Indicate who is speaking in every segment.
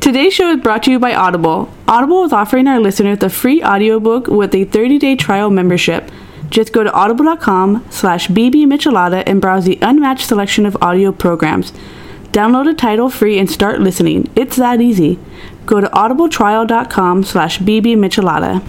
Speaker 1: Today's show is brought to you by Audible. Audible is offering our listeners a free audiobook with a 30-day trial membership. Just go to audible.com slash bbmichelada and browse the unmatched selection of audio programs. Download a title free and start listening. It's that easy. Go to audibletrial.com slash bbmichelada.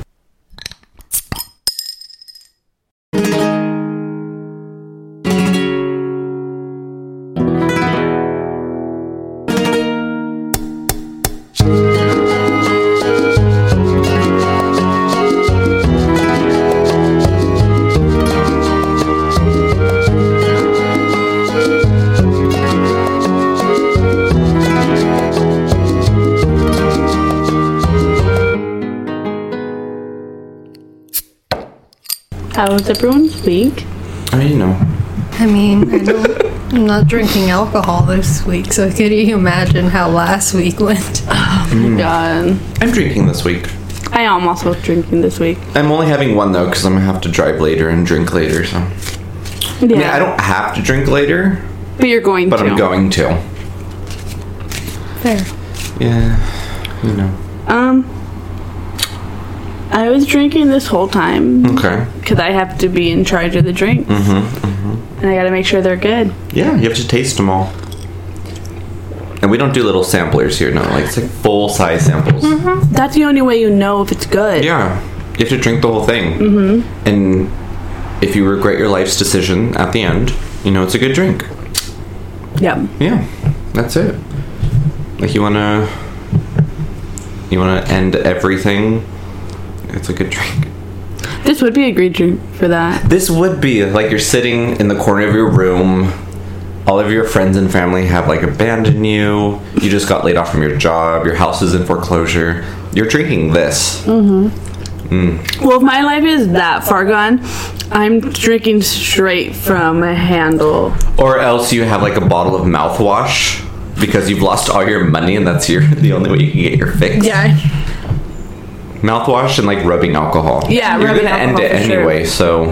Speaker 1: How was everyone's week?
Speaker 2: I mean, you know,
Speaker 3: I mean, I don't, I'm not drinking alcohol this week, so could you imagine how last week went?
Speaker 2: Hmm.
Speaker 1: Done.
Speaker 2: I'm drinking this week.
Speaker 1: I am also drinking this week.
Speaker 2: I'm only having one though because I'm gonna have to drive later and drink later. So
Speaker 1: Yeah,
Speaker 2: I mean, I don't have to drink later,
Speaker 1: but you're going
Speaker 2: but
Speaker 1: to.
Speaker 2: I'm going to.
Speaker 3: There.
Speaker 2: Yeah, you know.
Speaker 1: Um, I was drinking this whole time
Speaker 2: Okay.
Speaker 1: because I have to be in charge of the drinks,
Speaker 2: Mm-hmm,
Speaker 1: and I got to make sure they're good.
Speaker 2: Yeah, you have to taste them all. And we don't do little samplers here. No, like it's like full size samples.
Speaker 1: That's the only way you know if it's good.
Speaker 2: Yeah, you have to drink the whole thing. Mm-hmm. And if you regret your life's decision at the end, you know it's a good drink.
Speaker 1: Yep.
Speaker 2: Yeah, that's it. Like you wanna, you wanna end everything. It's a good drink.
Speaker 1: This would be a great drink for that.
Speaker 2: This would be like you're sitting in the corner of your room. All of your friends and family have like abandoned you. You just got laid off from your job. Your house is in foreclosure. You're drinking this.
Speaker 1: Well, if my life is that far gone, I'm drinking straight from a handle.
Speaker 2: Or else you have like a bottle of mouthwash because you've lost all your money and that's your the only way you can get your fix.
Speaker 1: Yeah.
Speaker 2: Mouthwash and like rubbing alcohol.
Speaker 1: Yeah,
Speaker 2: You're
Speaker 1: rubbing
Speaker 2: gonna end
Speaker 1: alcohol
Speaker 2: it
Speaker 1: for sure.
Speaker 2: anyway, so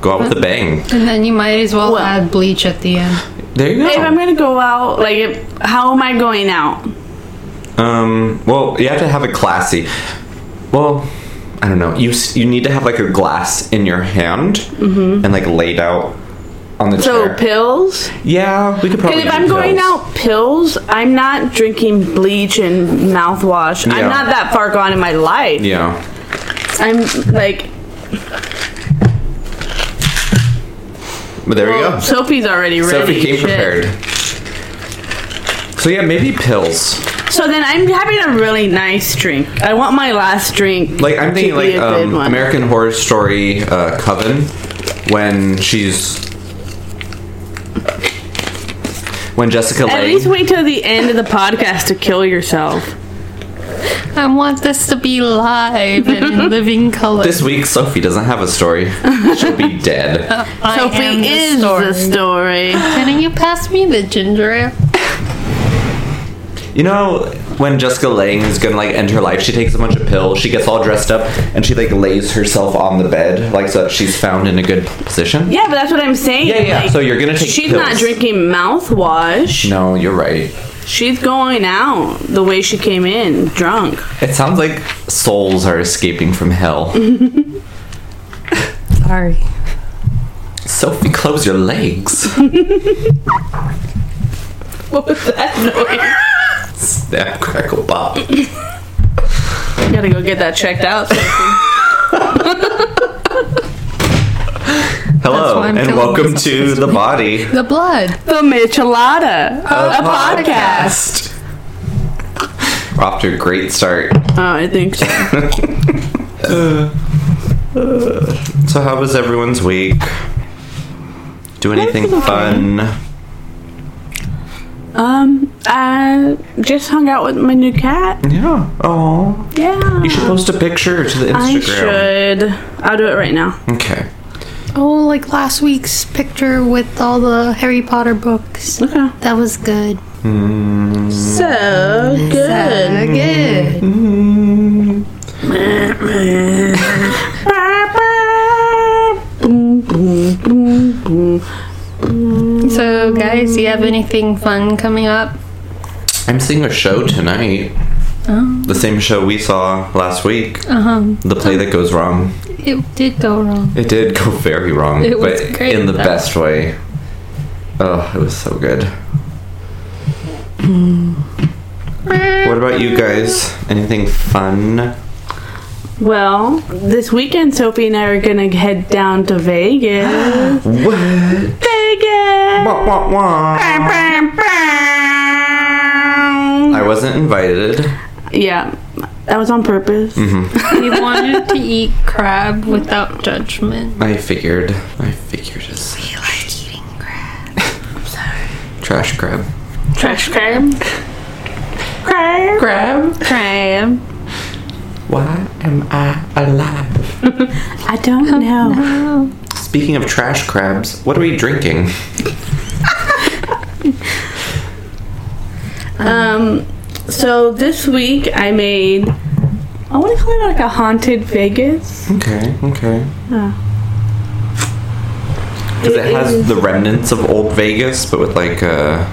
Speaker 2: go out with a bang.
Speaker 3: And then you might as well,
Speaker 1: Well.
Speaker 3: add bleach at the end.
Speaker 2: There you go.
Speaker 1: If I'm gonna go out, like, if, how am I going out?
Speaker 2: Um. Well, you have to have it classy. Well, I don't know. You s- you need to have like a glass in your hand and like laid out on the
Speaker 1: Mm-hmm. So
Speaker 2: chair.
Speaker 1: pills.
Speaker 2: yeah, we could probably.
Speaker 1: And if
Speaker 2: do
Speaker 1: I'm going
Speaker 2: pills.
Speaker 1: out pills, I'm not drinking bleach and mouthwash.
Speaker 2: Yeah.
Speaker 1: I'm not that far gone in my life.
Speaker 2: Yeah.
Speaker 1: I'm like,
Speaker 2: But there
Speaker 1: well,
Speaker 2: you go.
Speaker 1: Sophie's already ready.
Speaker 2: Sophie came
Speaker 1: Shit.
Speaker 2: prepared. So yeah, maybe pills.
Speaker 1: So then I'm having a really nice drink. I want my last drink.
Speaker 2: Like I'm thinking
Speaker 1: to be
Speaker 2: like
Speaker 1: a good
Speaker 2: um,
Speaker 1: one.
Speaker 2: American Horror Story uh, Coven when she's when Jessica
Speaker 1: At
Speaker 2: Lange-
Speaker 1: least wait till the end of the podcast to kill yourself.
Speaker 3: I want this to be live and in living color.
Speaker 2: This week, Sophie doesn't have a story. She'll be
Speaker 1: Oh.
Speaker 2: dead.
Speaker 3: I
Speaker 1: Sophie
Speaker 3: am the
Speaker 1: is
Speaker 3: story.
Speaker 1: the story.
Speaker 3: Can you pass me the ginger ale?
Speaker 2: You know, when Jessica Lange is gonna like end her life, she takes a bunch of pills. She gets all dressed up and she like lays herself on the bed, like so that she's found in a good position.
Speaker 1: Yeah, but that's what I'm saying.
Speaker 2: Yeah, yeah.
Speaker 1: Like,
Speaker 2: so you're gonna take.
Speaker 1: she's
Speaker 2: pills.
Speaker 1: not drinking mouthwash.
Speaker 2: No, you're right.
Speaker 1: She's going out the way she came in, drunk.
Speaker 2: It sounds like souls are escaping from hell.
Speaker 1: Mm-hmm.
Speaker 3: Sorry.
Speaker 2: Sophie, close your legs.
Speaker 1: What was that noise?
Speaker 2: Snap, crackle, pop.
Speaker 1: Gotta go get that checked out.
Speaker 2: Hello
Speaker 3: why I'm
Speaker 2: and
Speaker 3: killing
Speaker 2: welcome to the body.
Speaker 3: The blood.
Speaker 1: the Michelada, a, podcast.
Speaker 2: We're off to a great start.
Speaker 1: Oh, I think so.
Speaker 2: So, how was everyone's week? Do anything fun?
Speaker 1: Um, I just hung out with my new cat.
Speaker 2: Yeah. Oh,
Speaker 1: Yeah,
Speaker 2: you should post a picture to the Instagram.
Speaker 1: I should. I'll do it right now.
Speaker 2: Okay.
Speaker 3: Oh, like last week's picture with all the Harry Potter books.
Speaker 1: Okay.
Speaker 3: That was good.
Speaker 1: So good.
Speaker 3: Uh, good.
Speaker 1: Boom, boom, boom, boom.
Speaker 3: So, guys, do you have anything fun coming up?
Speaker 2: I'm seeing a show tonight.
Speaker 1: Oh.
Speaker 2: The same show we saw last week.
Speaker 3: Um,
Speaker 2: The play that goes wrong.
Speaker 3: it did go wrong.
Speaker 2: It did go very wrong,
Speaker 3: It was
Speaker 2: but
Speaker 3: great,
Speaker 2: in the
Speaker 3: though.
Speaker 2: best way. Oh, it was so good. what about you guys? Anything fun?
Speaker 1: Well, this weekend, Sophie and I are gonna head down to Vegas.
Speaker 2: What?
Speaker 1: Vegas!
Speaker 2: Wah, wah, wah. I wasn't invited.
Speaker 1: Yeah, that was on purpose.
Speaker 3: He wanted to eat crab without judgment.
Speaker 2: I figured. I figured it's
Speaker 3: He likes eating crab.
Speaker 2: trash grab.
Speaker 1: Trash crab. Crab.
Speaker 3: Crab?
Speaker 1: Crab.
Speaker 2: Why am I alive?
Speaker 1: I don't know.
Speaker 2: Speaking of trash crabs, what are we drinking?
Speaker 1: Um, so this week I made. I want to call it like a haunted Vegas.
Speaker 2: Okay, okay.
Speaker 1: Because
Speaker 2: Because it has the remnants of old Vegas, but with like uh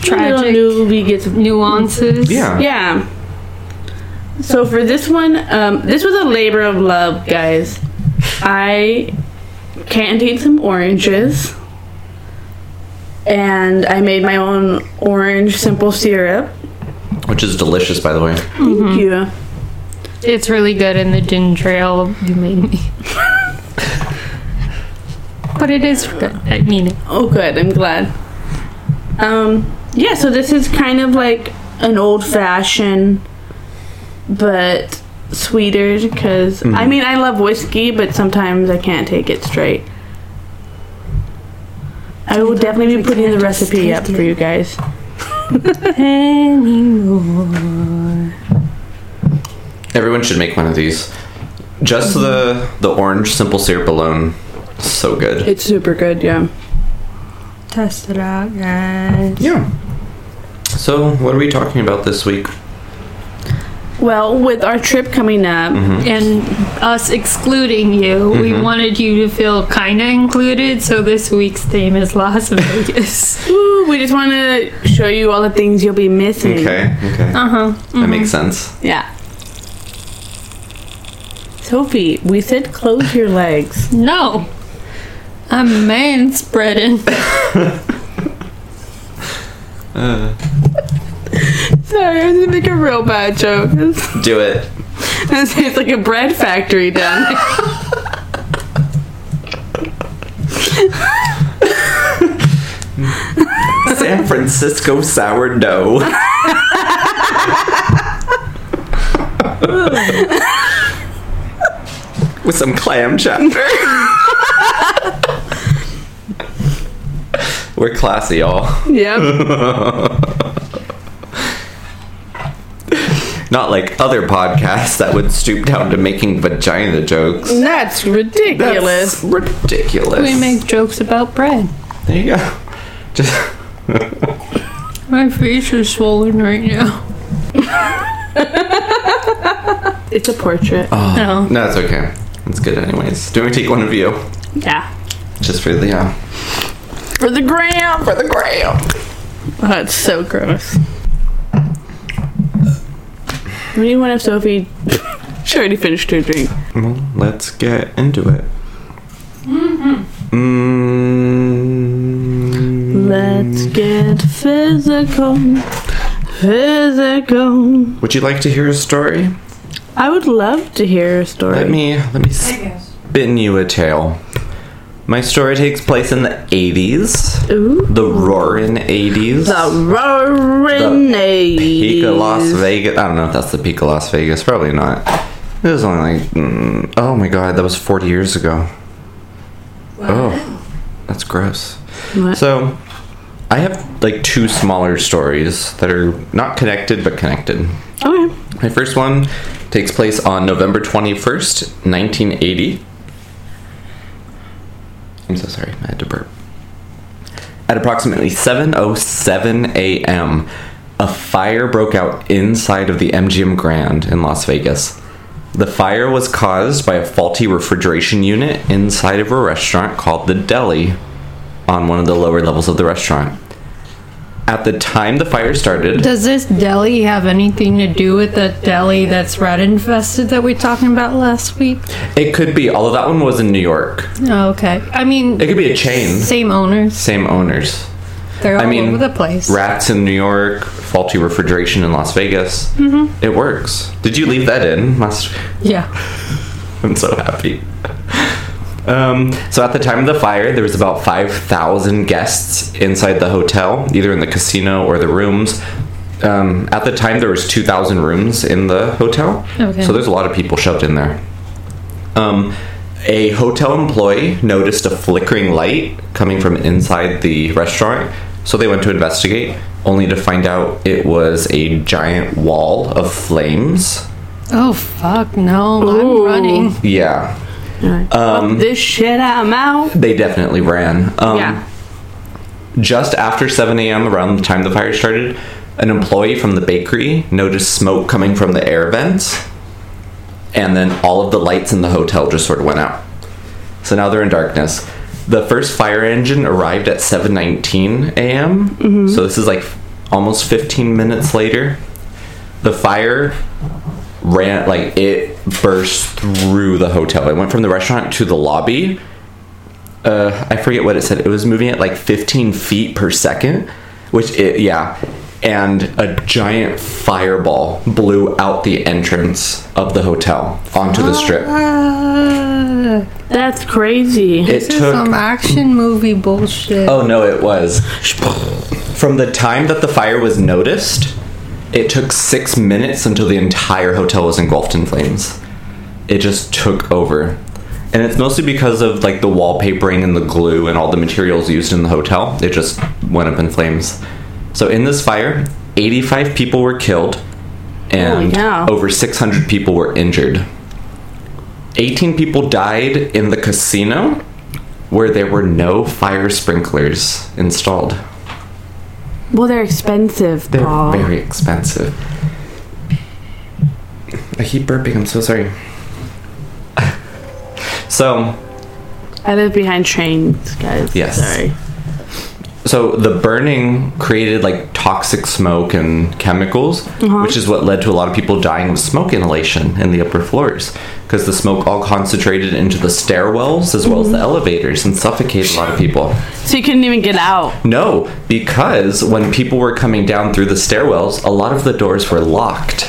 Speaker 1: tragic.
Speaker 3: Tragic.
Speaker 1: New Vegas
Speaker 3: Nuances?
Speaker 2: yeah.
Speaker 1: Yeah. So for this one, um, this was a labor of love, guys. I candied some oranges, and I made my own orange simple syrup.
Speaker 2: which is delicious, by the way.
Speaker 1: Thank you.
Speaker 3: It's really good in the ginger ale you made me. but it is good. I mean it.
Speaker 1: Oh, good. I'm glad. Um, yeah. So this is kind of like an old fashioned, but sweeter. Because I mean, I love whiskey, but sometimes I can't take it straight. I will definitely be putting the recipe up for you guys.
Speaker 2: Everyone should make one of these. Just the the orange simple syrup alone, so good.
Speaker 1: It's super good. Yeah.
Speaker 3: Test it out, guys.
Speaker 2: Yeah. So, what are we talking about this week?
Speaker 1: Well, with our trip coming up,
Speaker 2: Mm-hmm.
Speaker 3: And us excluding you, we wanted you to feel kind of included, so this week's theme is Las Vegas.
Speaker 1: ooh, we just want to show you all the things you'll be missing.
Speaker 2: Okay, okay,
Speaker 3: uh huh.
Speaker 2: that makes sense.
Speaker 1: Yeah. Sophie, we said close your legs.
Speaker 3: No. I'm man spreading.
Speaker 1: Sorry, I was gonna make a real bad joke. It's,
Speaker 2: Do it.
Speaker 1: it's like a bread factory down there.
Speaker 2: San Francisco sourdough. With some clam chowder. We're classy, y'all.
Speaker 1: Yep.
Speaker 2: Not like other podcasts that would stoop down to making vagina jokes.
Speaker 1: That's ridiculous.
Speaker 2: That's ridiculous.
Speaker 3: we make jokes about bread.
Speaker 2: There you go. Just
Speaker 3: My face is swollen right now.
Speaker 1: It's a portrait.
Speaker 3: No.
Speaker 2: no, it's okay. It's good, anyways. Do we take one of you?
Speaker 1: Yeah.
Speaker 2: Just for the uh,
Speaker 1: For the gram.
Speaker 2: for the gram.
Speaker 1: Oh, it's so gross. What do you want if Sophie? she already finished her drink.
Speaker 2: Well, let's get into it. Mm-hmm.
Speaker 1: Let's get physical. Physical.
Speaker 2: Would you like to hear a story?
Speaker 1: I would love to hear a story.
Speaker 2: Let me let me spin you a tale. My story takes place in the eighties,
Speaker 1: Ooh.
Speaker 2: the roaring eighties,
Speaker 1: The roaring
Speaker 2: peak of Las
Speaker 1: 80s.
Speaker 2: Vegas. I don't know if that's the peak of Las Vegas. Probably not. It was only like mm, oh my god, that was forty years ago. Oh, that's gross.
Speaker 1: What?
Speaker 2: So, I have like two smaller stories that are not connected but connected.
Speaker 1: Okay.
Speaker 2: My first one takes place on November 21st, 1980. I'm so sorry, I had to burp. At approximately 7:07 a.m., a fire broke out inside of the MGM Grand in Las Vegas. The fire was caused by a faulty refrigeration unit inside of a restaurant called the Deli on one of the lower levels of the restaurant. At the time the fire started,
Speaker 3: Does this deli have anything to do with the deli that's rat infested that we were talking about last week?
Speaker 2: it could be, although that one was in New York.
Speaker 3: Oh, okay. I mean,
Speaker 2: It could be a chain,
Speaker 3: same owners.
Speaker 2: same owners.
Speaker 3: They're all
Speaker 2: I mean,
Speaker 3: over the place.
Speaker 2: Rats in New York, faulty refrigeration in Las Vegas. Mm-hmm. It works. Did you leave that in? Must.
Speaker 3: yeah.
Speaker 2: I'm so happy. Um, so at the time of the fire, there was about 5,000 guests inside the hotel, either in the casino or the rooms. Um, at the time, there was 2,000 rooms in the hotel,
Speaker 3: Okay.
Speaker 2: so there's a lot of people shoved in there. Um, a hotel employee noticed a flickering light coming from inside the restaurant, so they went to investigate, only to find out it was a giant wall of flames.
Speaker 3: Oh fuck no!
Speaker 1: Ooh.
Speaker 3: I'm running.
Speaker 2: Yeah,
Speaker 1: Fuck this shit, I'm out.
Speaker 2: they definitely ran. Um,
Speaker 1: yeah.
Speaker 2: Just after 7 a.m., around the time the fire started, an employee from the bakery noticed smoke coming from the air vents, and then all of the lights in the hotel just sort of went out. So now they're in darkness. The first fire engine arrived at 7:19 a.m. So this is like almost 15 minutes later. The fire ran like it burst through the hotel. It went from the restaurant to the lobby, uh, I forget what it said. It was moving at like 15 feet per second, which it, yeah. And a giant fireball blew out the entrance of the hotel onto the strip.
Speaker 3: Uh,
Speaker 1: That's crazy.
Speaker 2: It
Speaker 3: this is some action movie bullshit.
Speaker 2: Oh no, it was. From the time that the fire was noticed, it took six minutes until the entire hotel was engulfed in flames. It just took over. And it's mostly because of like the wallpapering and the glue and all the materials used in the hotel. It just went up in flames. So in this fire, 85 people were killed
Speaker 1: Holy
Speaker 2: and
Speaker 1: cow.
Speaker 2: over 600 people were injured. 18 people died in the casino where there were no fire sprinklers installed.
Speaker 1: well, they're expensive,
Speaker 2: They're
Speaker 1: Paul.
Speaker 2: very expensive. I keep burping, I'm so sorry. so,
Speaker 1: I live behind trains, guys.
Speaker 2: Yes.
Speaker 1: Sorry.
Speaker 2: so the burning created like toxic smoke and chemicals, which is what led to a lot of people dying of smoke inhalation in the upper floors because the smoke all concentrated into the stairwells as well as the elevators and suffocated a lot of people.
Speaker 1: So you couldn't even get out.
Speaker 2: No, because when people were coming down through the stairwells, a lot of the doors were locked,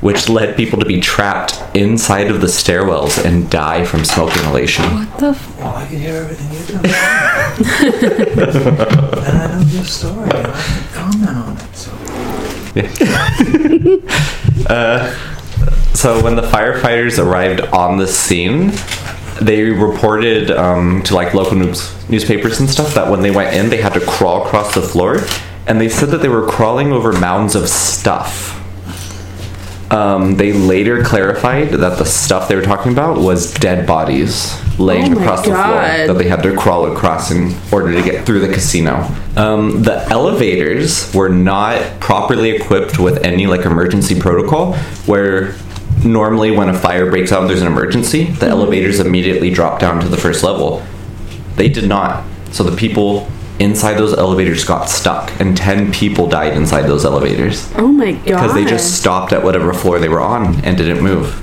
Speaker 2: which led people to be trapped inside of the stairwells and die from smoke inhalation.
Speaker 3: What the f-
Speaker 4: I can hear everything you're doing. and I know your story. and I can comment on it. So
Speaker 2: So when the firefighters arrived on the scene, they reported um, to like local news- newspapers and stuff that when they went in, they had to crawl across the floor, and they said that they were crawling over mounds of stuff. Um, they later clarified that the stuff they were talking about was dead bodies laying
Speaker 1: Oh my
Speaker 2: across the floor
Speaker 1: God.
Speaker 2: that they had to crawl across in order to get through the casino. Um, the elevators were not properly equipped with any like emergency protocol where normally when a fire breaks out and there's an emergency,
Speaker 1: Mm-hmm.
Speaker 2: the elevators immediately drop down to the first level. They did not. So the people inside those elevators got stuck and 10 people died inside those elevators
Speaker 1: Oh my god.
Speaker 2: because they just stopped at whatever floor they were on and didn't move.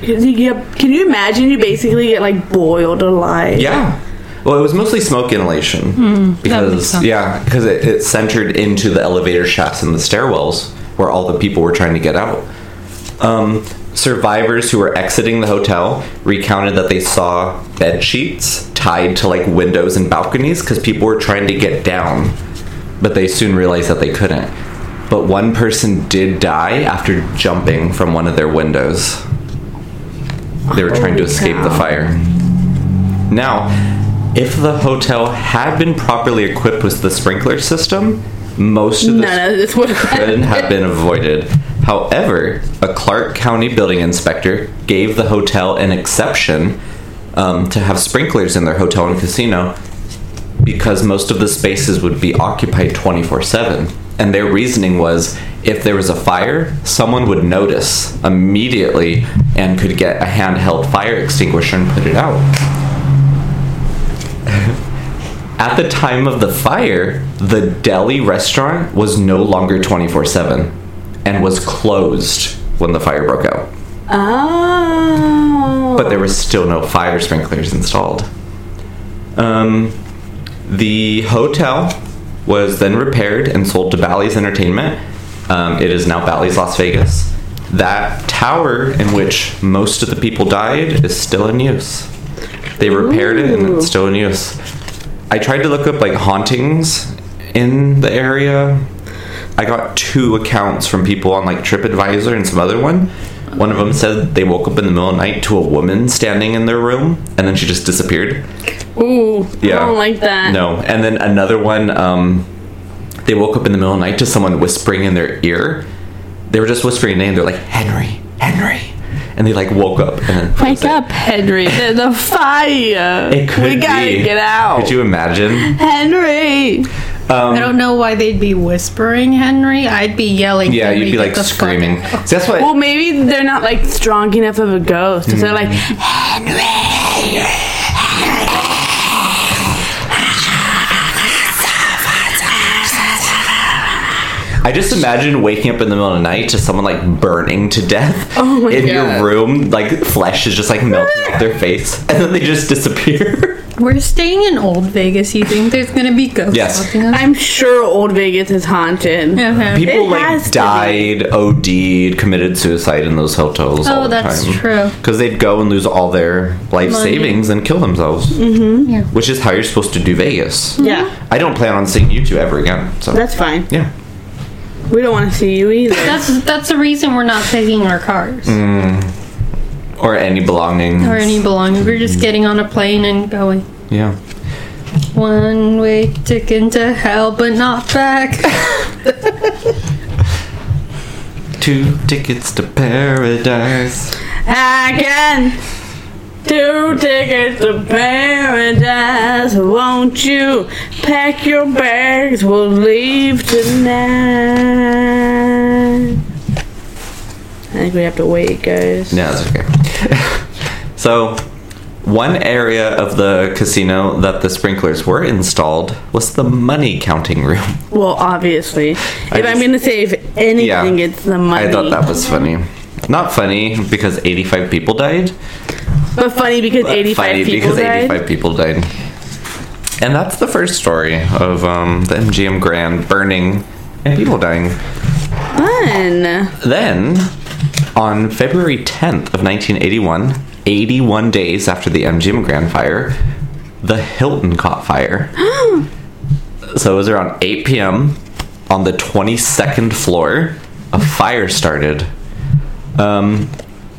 Speaker 1: Can you get- can you imagine you basically get like boiled alive?
Speaker 2: Yeah. Well, it was mostly smoke inhalation
Speaker 3: makes
Speaker 2: because
Speaker 3: sense.
Speaker 2: yeah, because it, it centered into the elevator shafts and the stairwells where all the people were trying to get out. Um, survivors who were exiting the hotel recounted that they saw bed sheets tied to like windows and balconies because people were trying to get down, but they soon realized that they couldn't. But one person did die after jumping from one of their windows. They were trying to
Speaker 1: Holy
Speaker 2: escape the
Speaker 1: cow.
Speaker 2: fire. Now, if the hotel had been properly equipped with the sprinkler system, most of the
Speaker 1: None of this would
Speaker 2: could have been avoided. However, a Clark County building inspector gave the hotel an exception um, to have sprinklers in their hotel and casino because most of the spaces would be occupied 24 7. And their reasoning was if there was a fire, someone would notice immediately and could get a handheld fire extinguisher and put it out. At the time of the fire, the deli restaurant was no longer 24 7 and was closed when the fire broke out.
Speaker 1: Oh.
Speaker 2: But there was still no fire sprinklers installed. Um, the hotel was then repaired and sold to Bally's Entertainment. Um, it is now Bally's Las Vegas. That tower in which most of the people died is still in use. They repaired it and it's still in use. I tried to look up like hauntings in the area. I got two accounts from people on like TripAdvisor and some other one. One of them said they woke up in the middle of the night to a woman standing in their room and then she just disappeared.
Speaker 1: Ooh.
Speaker 2: Yeah.
Speaker 1: I don't like that.
Speaker 2: No. And then another one, um, they woke up in the middle of the night to someone whispering in their ear. They were just whispering a name. They're like, Henry, Henry. And they like woke up. And then
Speaker 1: Wake up, Henry. There's a fire.
Speaker 2: It could
Speaker 1: we gotta
Speaker 2: be.
Speaker 1: get out.
Speaker 2: Could you imagine?
Speaker 1: Henry.
Speaker 2: um,
Speaker 3: I don't know why they'd be whispering, Henry. I'd be yelling.
Speaker 2: Yeah,
Speaker 3: "Henry,
Speaker 2: you'd be
Speaker 3: get
Speaker 2: like
Speaker 3: the fuck
Speaker 2: screaming.
Speaker 3: out."
Speaker 2: So that's why.
Speaker 1: Well, maybe they're not like strong enough of a ghost. So they're like,
Speaker 2: Mm.
Speaker 1: Henry.
Speaker 2: I just imagine waking up in the middle of the night to someone like burning to death
Speaker 1: Oh my
Speaker 2: in
Speaker 1: God.
Speaker 2: your room. Like flesh is just like melting off their face, and then they just disappear.
Speaker 3: We're staying in Old Vegas. You think there's gonna be ghosts?
Speaker 2: Yes.
Speaker 3: haunting us?
Speaker 1: I'm sure Old Vegas is haunted.
Speaker 3: Okay.
Speaker 2: People
Speaker 1: It has to
Speaker 2: like
Speaker 1: be.
Speaker 2: died, OD'd, committed suicide in those hotels.
Speaker 3: Oh,
Speaker 2: all the
Speaker 3: that's
Speaker 2: time.
Speaker 3: true.
Speaker 2: Because they'd go and lose all their life
Speaker 3: Money.
Speaker 2: savings and kill themselves, mm-hmm.
Speaker 3: Yeah.
Speaker 2: which is how you're supposed to do Vegas.
Speaker 1: Yeah,
Speaker 2: I don't plan on seeing you two ever again. So
Speaker 1: that's fine.
Speaker 2: yeah.
Speaker 1: We don't want to see you either.
Speaker 3: That's that's the reason we're not taking our cars
Speaker 2: Or any belongings.
Speaker 3: or any belongings. We're just getting on a plane and going
Speaker 2: Yeah.
Speaker 3: one way ticket to hell, but not back.
Speaker 2: Two tickets to paradise.
Speaker 1: I can two tickets to paradise. Won't you pack your bags? We'll leave tonight. I think we have to wait, guys.
Speaker 2: No, that's okay. so, one area of the casino that the sprinklers were installed was the money counting room.
Speaker 1: Well, obviously,
Speaker 2: I
Speaker 1: if I'm
Speaker 2: just-
Speaker 1: gonna save anything, it's the money.
Speaker 2: I thought that was funny. Not funny because 85 people died.
Speaker 1: but funny because
Speaker 2: but
Speaker 1: 85
Speaker 2: funny
Speaker 1: people
Speaker 2: because
Speaker 1: died.
Speaker 2: 85 people died. And that's the first story of um, the MGM Grand burning and people dying.
Speaker 1: Fun.
Speaker 2: Then, on February 10th of 1981, 81 days after the MGM Grand Fire, the Hilton caught fire. so it was around 8 p.m. on the 22nd floor. A fire started. Um,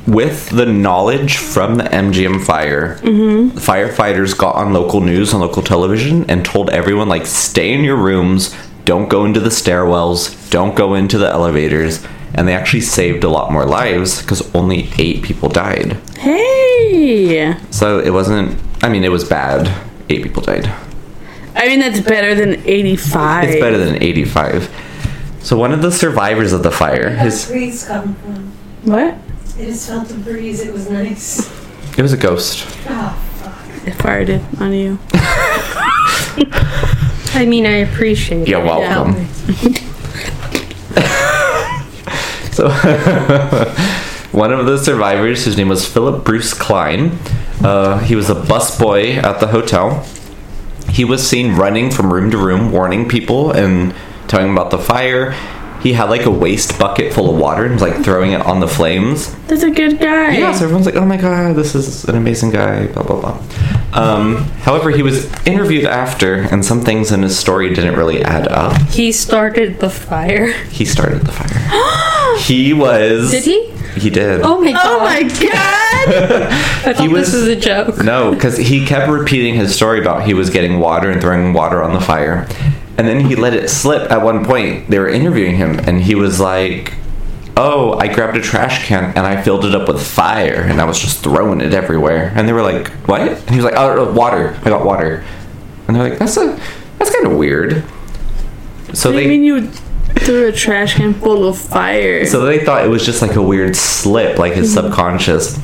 Speaker 2: with the knowledge from the MGM fire, firefighters got on local news and local television and told everyone like stay in your rooms, don't go into the stairwells, don't go into the elevators, and they actually saved a lot more lives because only eight people died.
Speaker 1: Hey.
Speaker 2: So it wasn't. I mean, it was bad. Eight people died.
Speaker 1: I mean, that's better than 85.
Speaker 2: It's better than eighty-five. So one of the survivors of the fire,
Speaker 5: His
Speaker 2: his
Speaker 5: breeze come from.
Speaker 1: What?
Speaker 5: It just felt the breeze. It was nice.
Speaker 2: it was a ghost.
Speaker 5: Ah,
Speaker 1: It farted on you.
Speaker 3: I mean, I appreciate
Speaker 2: You're
Speaker 3: it.
Speaker 2: welcome. So, one of the survivors, whose name was Philip Bruce Klein, uh, he was a busboy at the hotel. He was seen running from room to room, warning people and telling them about the fire. He had like a waste bucket full of water and was like throwing it on the flames.
Speaker 1: That's a good guy.
Speaker 2: Yeah, so everyone's like, oh my god, this is an amazing guy, blah, blah, blah. Um, however, he was interviewed after, and some things in his story didn't really add up.
Speaker 3: He started the fire.
Speaker 2: He started the fire. he was.
Speaker 3: Did he?
Speaker 2: He did.
Speaker 3: Oh my god.
Speaker 1: Oh my god!
Speaker 3: I thought
Speaker 2: was-
Speaker 3: this was a joke.
Speaker 2: No, because he kept repeating his story about he was getting water and throwing water on the fire. And then he let it slip at one point. They were interviewing him, and he was like, Oh, I grabbed a trash can and I filled it up with fire, and I was just throwing it everywhere. And they were like, What? And he was like, Oh, water. I got water. And they're like, That's a. That's kind of weird. So
Speaker 1: I
Speaker 2: they.
Speaker 1: mean, you threw a trash can full of fire.
Speaker 3: Mm-hmm.
Speaker 2: So they thought it was just like a weird slip, like his subconscious.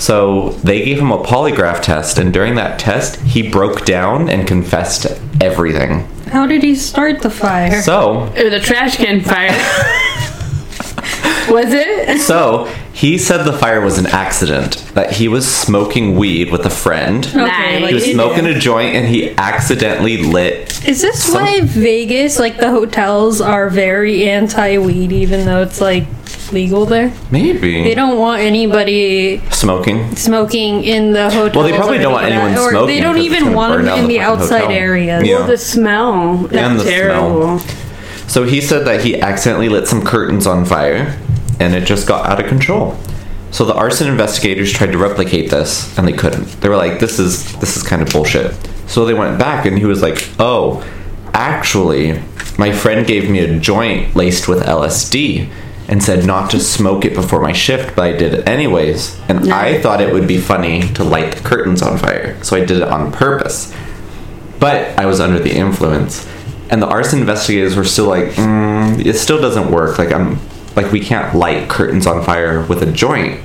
Speaker 2: So they gave him a polygraph test, and during that test, he broke down and confessed to everything.
Speaker 3: How did he start the fire?
Speaker 2: So
Speaker 1: It was a trash can fire. was it?
Speaker 2: So he said the fire was an accident, that he was smoking weed with a friend.
Speaker 1: Nice.
Speaker 2: He was smoking a joint and he accidentally lit.
Speaker 3: Is this
Speaker 2: Some-
Speaker 3: why Vegas, like the hotels, are very anti-weed, even though it's like legal there?
Speaker 2: Maybe.
Speaker 3: They don't want anybody
Speaker 2: Smoking.
Speaker 3: smoking in the hotel.
Speaker 2: probably don't want anyone
Speaker 3: Or
Speaker 2: smoking
Speaker 3: they don't
Speaker 2: 'cause it's
Speaker 3: even
Speaker 2: gonna
Speaker 3: want
Speaker 2: burn
Speaker 3: them
Speaker 2: down
Speaker 3: in
Speaker 2: the
Speaker 3: the
Speaker 2: fucking
Speaker 3: outside
Speaker 2: hotel.
Speaker 3: areas.
Speaker 2: Yeah.
Speaker 1: Well, the smell. That's
Speaker 2: the smell.
Speaker 1: terrible.
Speaker 2: So he said that he accidentally lit some curtains on fire and it just got out of control. So the arson investigators tried to replicate this and they couldn't. They were like, this is this is kind of bullshit. So they went back and he was like, "Oh, actually, my friend gave me a joint laced with LSD and said not to smoke it before my shift, but I did it anyways, and I thought it would be funny to light the curtains on fire. So I did it on purpose." but I was under the influence. And the arson investigators were still like, mm, it still doesn't work. Like I'm, like we can't light curtains on fire with a joint.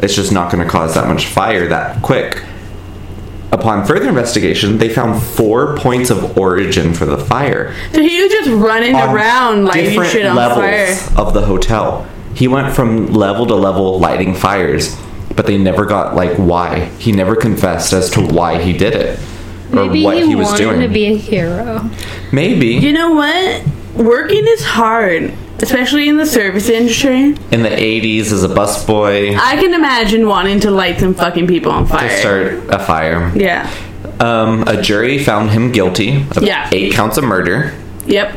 Speaker 2: It's just not going to cause that much fire that quick. Upon further investigation, they found four points of origin for the fire
Speaker 1: So he was just running
Speaker 2: on
Speaker 1: around lighting
Speaker 2: different
Speaker 1: shit on
Speaker 2: levels
Speaker 1: fire.
Speaker 2: of the hotel. He went from level to level lighting fires, but they never got like why. He never confessed as to why he did it or
Speaker 3: Maybe
Speaker 2: what
Speaker 3: he,
Speaker 2: he, was
Speaker 3: wanted
Speaker 2: doing.
Speaker 3: to be a hero.
Speaker 2: Maybe
Speaker 1: You know what? Working is hard, especially in the service industry.
Speaker 2: in the 80s as a busboy
Speaker 1: I can imagine wanting to light some fucking people on fire.
Speaker 2: to start a fire.
Speaker 1: Yeah.
Speaker 2: Um, a jury found him guilty of
Speaker 1: Yeah.
Speaker 2: eight counts of murder,
Speaker 1: Yep.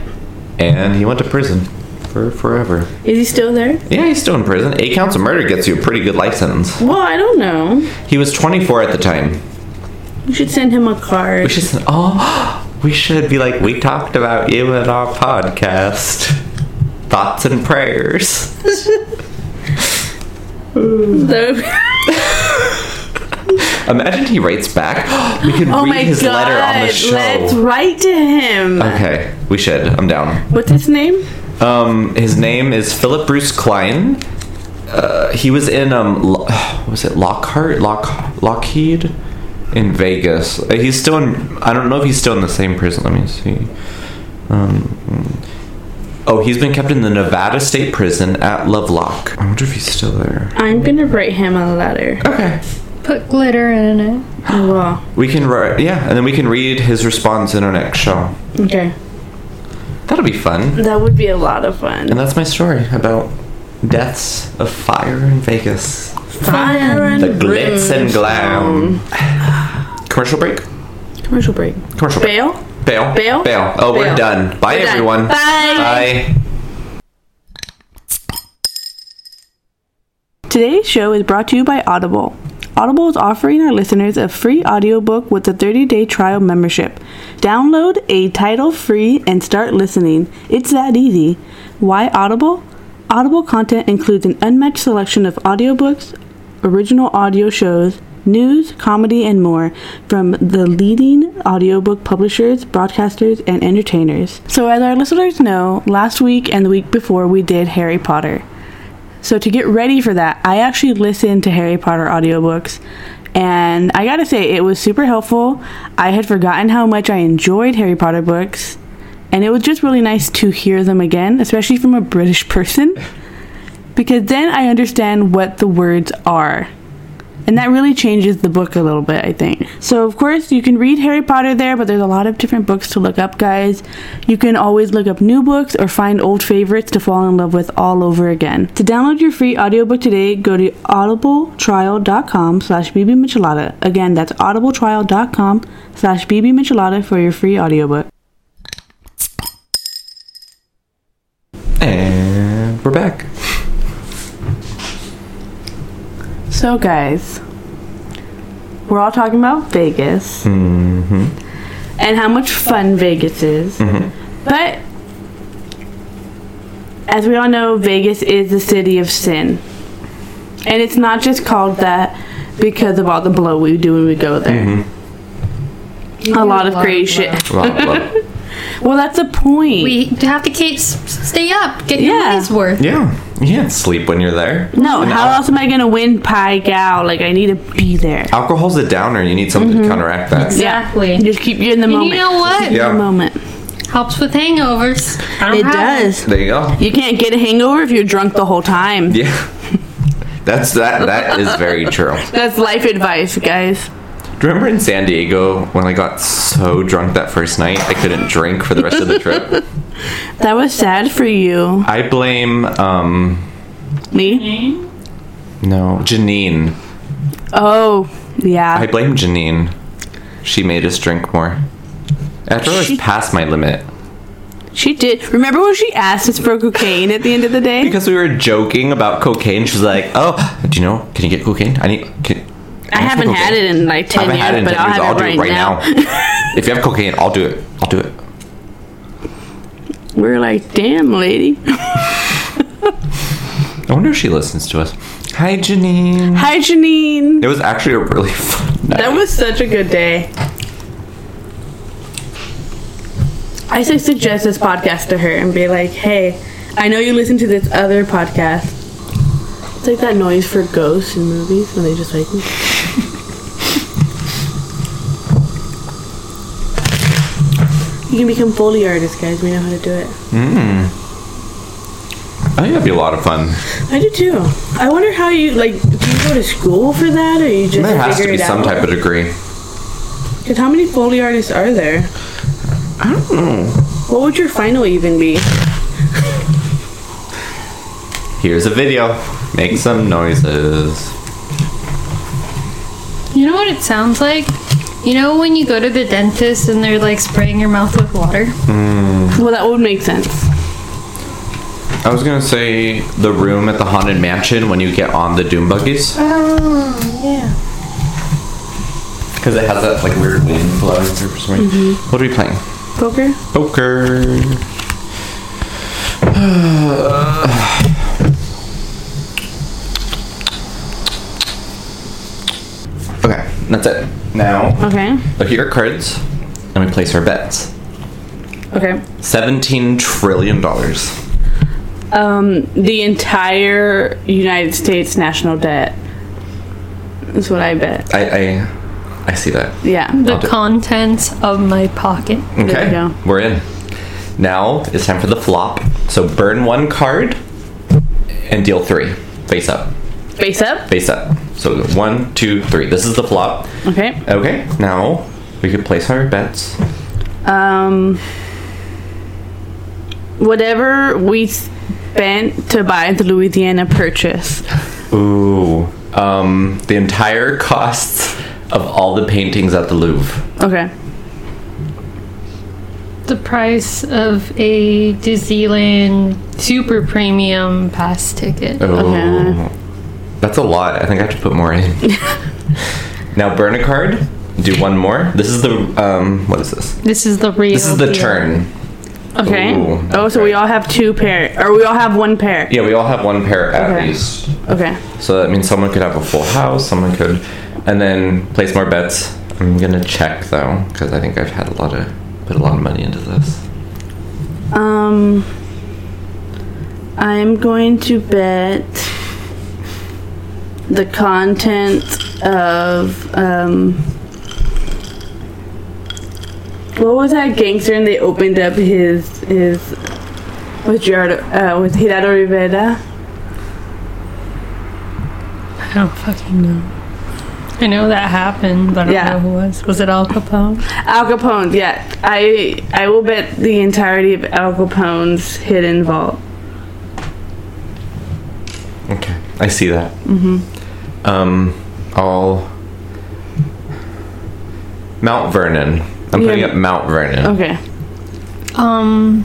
Speaker 2: and he went to prison for forever.
Speaker 1: Is he still there?
Speaker 2: Yeah, he's still in prison. Eight counts of murder gets you a pretty good life sentence.
Speaker 1: Well, I don't know.
Speaker 2: He was 24 at the time.
Speaker 1: You should send him a
Speaker 2: We
Speaker 1: card.
Speaker 2: should, send- oh, we should be like, we talked about you in our podcast. Thoughts and prayers. Imagine he writes back. We could
Speaker 1: oh
Speaker 2: read
Speaker 1: my
Speaker 2: his
Speaker 1: god.
Speaker 2: letter on the show. Uh,
Speaker 1: Let's write to him.
Speaker 2: okay, we should. I'm down.
Speaker 1: What's his name?
Speaker 2: Um, his name is Philip Bruce Klein. Uh, he was in um, Lo- was it Lockhart, Lock, Lockheed, in Vegas. Uh, He's still in. I don't know if he's still in the same prison. Let me see. Um, oh, he's been kept in the Nevada State Prison at Lovelock. I wonder if he's still there.
Speaker 1: I'm gonna write him a letter.
Speaker 2: Okay,
Speaker 3: Put glitter in it.
Speaker 1: Oh, wow.
Speaker 2: we can write. Yeah, and then we can read his response in our next show.
Speaker 1: Okay.
Speaker 2: That'll be fun.
Speaker 1: That would be a lot of
Speaker 2: And
Speaker 1: fun.
Speaker 2: that's my story about deaths of fire in Vegas.
Speaker 1: Fire and
Speaker 2: The glitz
Speaker 1: Mm.
Speaker 2: and
Speaker 1: broom.
Speaker 2: glam. Commercial break.
Speaker 1: Commercial break.
Speaker 2: Commercial break.
Speaker 1: Bail?
Speaker 2: Bail.
Speaker 1: Bail?
Speaker 2: Bail. Oh, we're
Speaker 1: Bail.
Speaker 2: done. Bye,
Speaker 1: We're done.
Speaker 2: everyone.
Speaker 1: Bye.
Speaker 2: Bye.
Speaker 1: Today's show is brought to you by Audible. Audible is offering our listeners a free audiobook with a 30-day trial membership. Download a title free and start listening. It's that easy. Why Audible? Audible content includes an unmatched selection of audiobooks, original audio shows, news, comedy, and more from the leading audiobook publishers, broadcasters, and entertainers. So, as our listeners know, last week and the week before we did Harry Potter. So to get ready for that, I actually listened to Harry Potter audiobooks and I got to say it was super helpful. I had forgotten how much I enjoyed Harry Potter books and it was just really nice to hear them again, especially from a British person because then I understand what the words are. And that really changes the book a little bit, I think. So, of course, you can read Harry Potter there, but there's a lot of different books to look up, guys. You can always look up new books or find old favorites to fall in love with all over again. To download your free audiobook today, go to audibletrial.com slash bbmichelada. Again, that's audibletrial.com slash bbmichelada for your free audiobook.
Speaker 2: And we're back.
Speaker 1: So, guys, we're all talking about Vegas and how much fun Vegas is. But as we all know, Vegas is the city of sin. And it's not just called that because of all the blow we do when we go there.
Speaker 3: You
Speaker 1: A
Speaker 3: do
Speaker 1: lot of crazy
Speaker 3: blow.
Speaker 1: shit.
Speaker 2: Blah, blah.
Speaker 1: Well, that's the point.
Speaker 3: We have to keep s- stay up, get your
Speaker 1: Yeah.
Speaker 3: money's worth.
Speaker 2: yeah. You can't sleep when you're there.
Speaker 1: No, how else am I gonna win Pi Gal? Like I need to be there.
Speaker 2: Alcohol's a downer. You need something to counteract that.
Speaker 3: Exactly.
Speaker 1: Mm-hmm. Yeah. Just keep you in the
Speaker 3: And
Speaker 1: moment.
Speaker 3: you know what?
Speaker 1: Yeah.
Speaker 2: Yeah.
Speaker 1: The moment.
Speaker 3: Helps with hangovers. I don't
Speaker 1: It
Speaker 3: have
Speaker 1: does.
Speaker 2: There you go.
Speaker 1: You can't get a hangover if you're drunk the whole time.
Speaker 2: Yeah. That's that. That is very true.
Speaker 1: That's life advice, guys.
Speaker 2: Do you remember in San Diego when I got so drunk that first night I couldn't drink for the rest of the trip?
Speaker 1: That was sad for you.
Speaker 2: I blame um
Speaker 1: Me?
Speaker 2: no Janine.
Speaker 1: Oh, yeah.
Speaker 2: I blame Janine. She made us drink more. After I was past my limit.
Speaker 1: she did. Remember when she asked us for cocaine at the end of the day?
Speaker 2: Because we were joking about cocaine, she was like, "Oh, do you know? Can you get cocaine? I need. Can,
Speaker 1: I haven't had it in like 10 years, but I'll have it
Speaker 2: do
Speaker 1: right,
Speaker 2: it right
Speaker 1: now.
Speaker 2: now. if you have cocaine, I'll do it. I'll do it.
Speaker 1: We We're like, damn, lady.
Speaker 2: I wonder if she listens to us. Hi, Janine.
Speaker 1: Hi, Janine.
Speaker 2: It was actually a really fun night.
Speaker 1: That was such a good day. I should suggest this podcast to her and be like, hey, I know you listen to this other podcast. It's like that noise for ghosts in movies when they just like. you can become Foley artists, guys. We know how to do it.
Speaker 2: I think that'd be a lot of fun.
Speaker 1: I do too. I wonder how you like. Do you go to school for that, or you just
Speaker 2: There has to
Speaker 1: figure
Speaker 2: be
Speaker 1: it
Speaker 2: some
Speaker 1: out?
Speaker 2: type of degree.
Speaker 1: Because how many Foley artists are there? I don't know. What would your final even be?
Speaker 2: Here's a video. Make some noises.
Speaker 3: You know what it sounds like? You know when you go to the dentist and they're like spraying your mouth with water?
Speaker 1: Well, that would make sense.
Speaker 2: I was gonna say the room at the haunted mansion when you get on the doom buggies. Oh yeah. Because it has that like weird wind blowing through for some reason. What are we playing?
Speaker 1: Poker?
Speaker 2: Poker. okay, that's it. Now
Speaker 1: Okay.
Speaker 2: look at your cards, and we place our bets.
Speaker 1: Okay.
Speaker 2: Seventeen trillion dollars.
Speaker 1: Um, the entire United States national debt is what I bet.
Speaker 2: I I I see that.
Speaker 1: Yeah.
Speaker 3: The
Speaker 2: I'll do-
Speaker 3: contents of my pocket.
Speaker 1: There
Speaker 2: Okay,
Speaker 1: we go.
Speaker 2: we're in. Now it's time for the flop. So burn one card and deal three. Face up,
Speaker 1: Face up?
Speaker 2: face up. So one, two, three. This is the flop.
Speaker 1: Okay.
Speaker 2: Okay, now we can place our bets.
Speaker 1: Um, whatever we spent to buy the Louisiana purchase.
Speaker 2: Ooh, um, the entire costs of all the paintings at the Louvre.
Speaker 1: Okay.
Speaker 3: The price of a Disneyland super premium pass ticket.
Speaker 2: Ooh,
Speaker 1: Okay.
Speaker 2: that's a lot. I think I have to put more in. now burn a card. Do one more. This is the um. What is this?
Speaker 3: This is the real.
Speaker 2: This is the
Speaker 3: deal.
Speaker 2: turn.
Speaker 1: Okay.
Speaker 2: Ooh,
Speaker 1: oh, so we all have two pair, or we all have one pair.
Speaker 2: Yeah, we all have one pair at
Speaker 1: Okay.
Speaker 2: least.
Speaker 1: Okay.
Speaker 2: So that means someone could have a full house, someone could, and then place more bets. I'm gonna check though, because I think I've had a lot of put a lot of money into this.
Speaker 1: Um, I'm going to bet the content of um. What was that gangster? And they opened up his his with Gerardo uh, with Gerardo Rivera.
Speaker 3: I don't fucking know. I know that happened, but I don't
Speaker 1: Yeah.
Speaker 3: know who it was. Was it Al Capone?
Speaker 1: Al Capone. Yeah, I I will bet the entirety of Al Capone's hidden vault.
Speaker 2: Okay, I see that. Mm-hmm. Um, I'll Mount Vernon. I'm putting
Speaker 1: Yeah.
Speaker 2: up Mount Vernon.
Speaker 1: Okay.
Speaker 3: Um,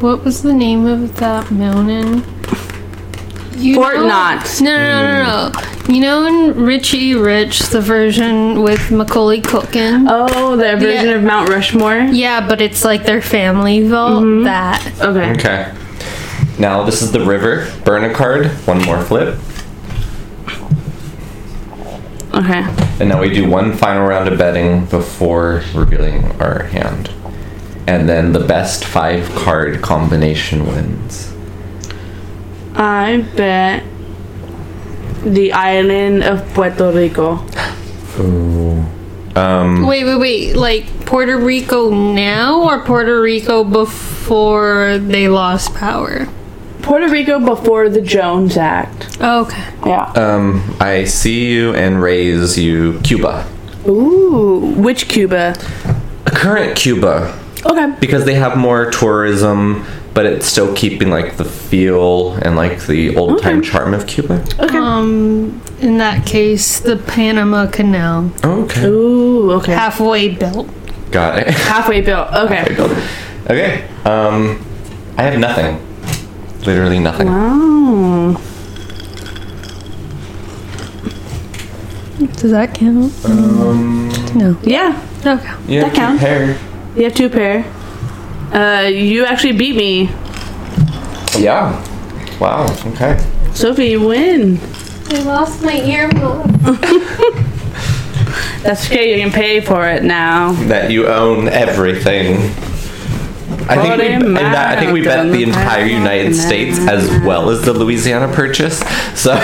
Speaker 3: what was the name of that mountain? You
Speaker 1: Fort
Speaker 3: know-
Speaker 1: Knox.
Speaker 3: No, no, no, no, no. You know in Richie Rich, the version with Macaulay Culkin.
Speaker 1: Oh, the version of Mount Rushmore.
Speaker 3: Yeah, but it's like their family vault. That
Speaker 1: Okay.
Speaker 2: Okay. Now this is the river. Burn a card. One more flip,
Speaker 1: Okay.
Speaker 2: and now we do one final round of betting before revealing our hand, and then the best five card combination wins.
Speaker 1: I bet the island of Puerto Rico.
Speaker 3: Wait, wait, wait. Like Puerto Rico now or Puerto Rico before they lost power?
Speaker 1: Puerto Rico before the Jones Act.
Speaker 3: Oh, Okay.
Speaker 1: Yeah.
Speaker 2: Um, I see you and raise you Cuba.
Speaker 1: Ooh, which Cuba?
Speaker 2: Current Cuba,
Speaker 1: Okay.
Speaker 2: because they have more tourism, but it's still keeping like the feel and like the old time charm of Cuba.
Speaker 3: Um, in that case, the Panama Canal,
Speaker 2: Okay,
Speaker 1: Ooh, okay.
Speaker 3: halfway built.
Speaker 2: got it.
Speaker 1: halfway built. Okay.
Speaker 2: okay, um, I have nothing. Literally nothing.
Speaker 1: Oh.
Speaker 3: Does that count? no.
Speaker 1: Yeah,
Speaker 3: Okay.
Speaker 2: You
Speaker 1: That counts.
Speaker 2: Hair.
Speaker 1: you have two pair. Uh, you actually beat me.
Speaker 2: Yeah. Wow. Okay.
Speaker 1: Sophie, you win.
Speaker 5: I lost my earphone.
Speaker 1: That's okay, you can pay for it now.
Speaker 2: That you own everything. I think, we, and that, I think we bet the entire United States as well as the Louisiana Purchase. So,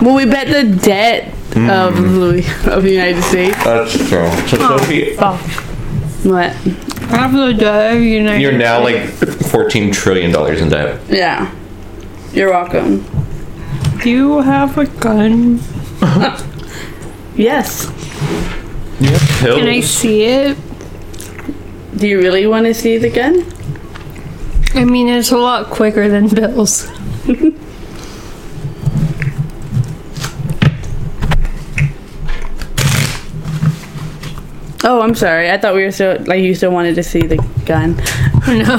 Speaker 1: Well, we bet the debt of,
Speaker 2: Mm.
Speaker 1: Louis, of the United States.
Speaker 2: that's true. So,
Speaker 1: Oh,
Speaker 2: Sophie,
Speaker 1: What?
Speaker 3: After the day of United
Speaker 2: you're now
Speaker 3: States-
Speaker 2: like $14 trillion in debt.
Speaker 1: Yeah. You're welcome.
Speaker 3: Do you have a gun?
Speaker 1: Yes.
Speaker 2: You have
Speaker 3: Can I
Speaker 2: pills.
Speaker 3: see it?
Speaker 1: Do you really want to see the gun?
Speaker 3: I mean, it's a lot quicker than bills.
Speaker 1: Oh, I'm sorry. I thought we were still like you still wanted to see the gun.
Speaker 3: No.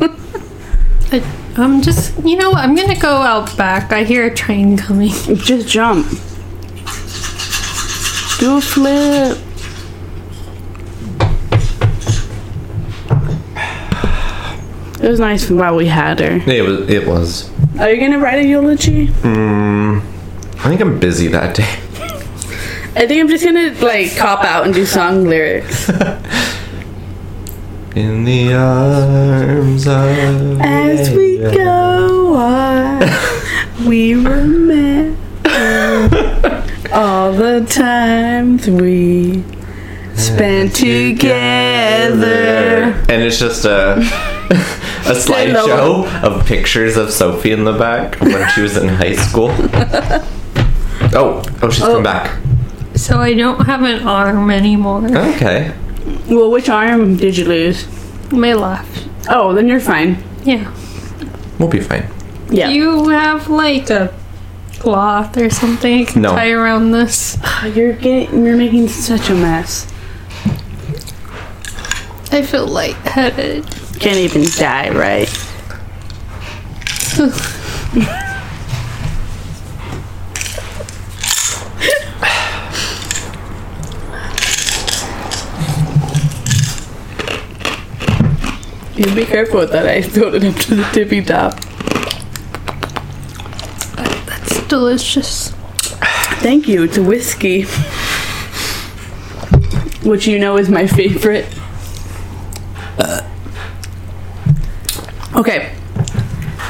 Speaker 3: I- I'm just, you know, what, I'm gonna go out back. I hear a train coming.
Speaker 1: Just jump. Do a flip. It was nice while we had her.
Speaker 2: It was, it was.
Speaker 1: Are you gonna write a eulogy?
Speaker 2: I think I'm busy that day.
Speaker 1: I think I'm just gonna like cop out and do song lyrics.
Speaker 2: In the arms of.
Speaker 1: As we go on, we remember all the times we spent together.
Speaker 2: And it's just a a slideshow of pictures of Sophie in the back of when she was in high school. Oh, oh, she's come back.
Speaker 3: So I don't have an arm anymore.
Speaker 2: Okay.
Speaker 1: Well, which arm did you lose?
Speaker 3: My left.
Speaker 1: Oh, then you're fine.
Speaker 3: Yeah.
Speaker 2: We'll be fine.
Speaker 1: Yeah.
Speaker 3: Do you have like a cloth or something I can
Speaker 2: No.
Speaker 3: tie around this?
Speaker 1: You're getting, you're making such a mess.
Speaker 3: I feel lightheaded.
Speaker 1: Can't even die, right? you be careful with that. I throw it up to the tippy top.
Speaker 3: That's delicious.
Speaker 1: Thank you. It's a whiskey, which you know is my favorite. Okay,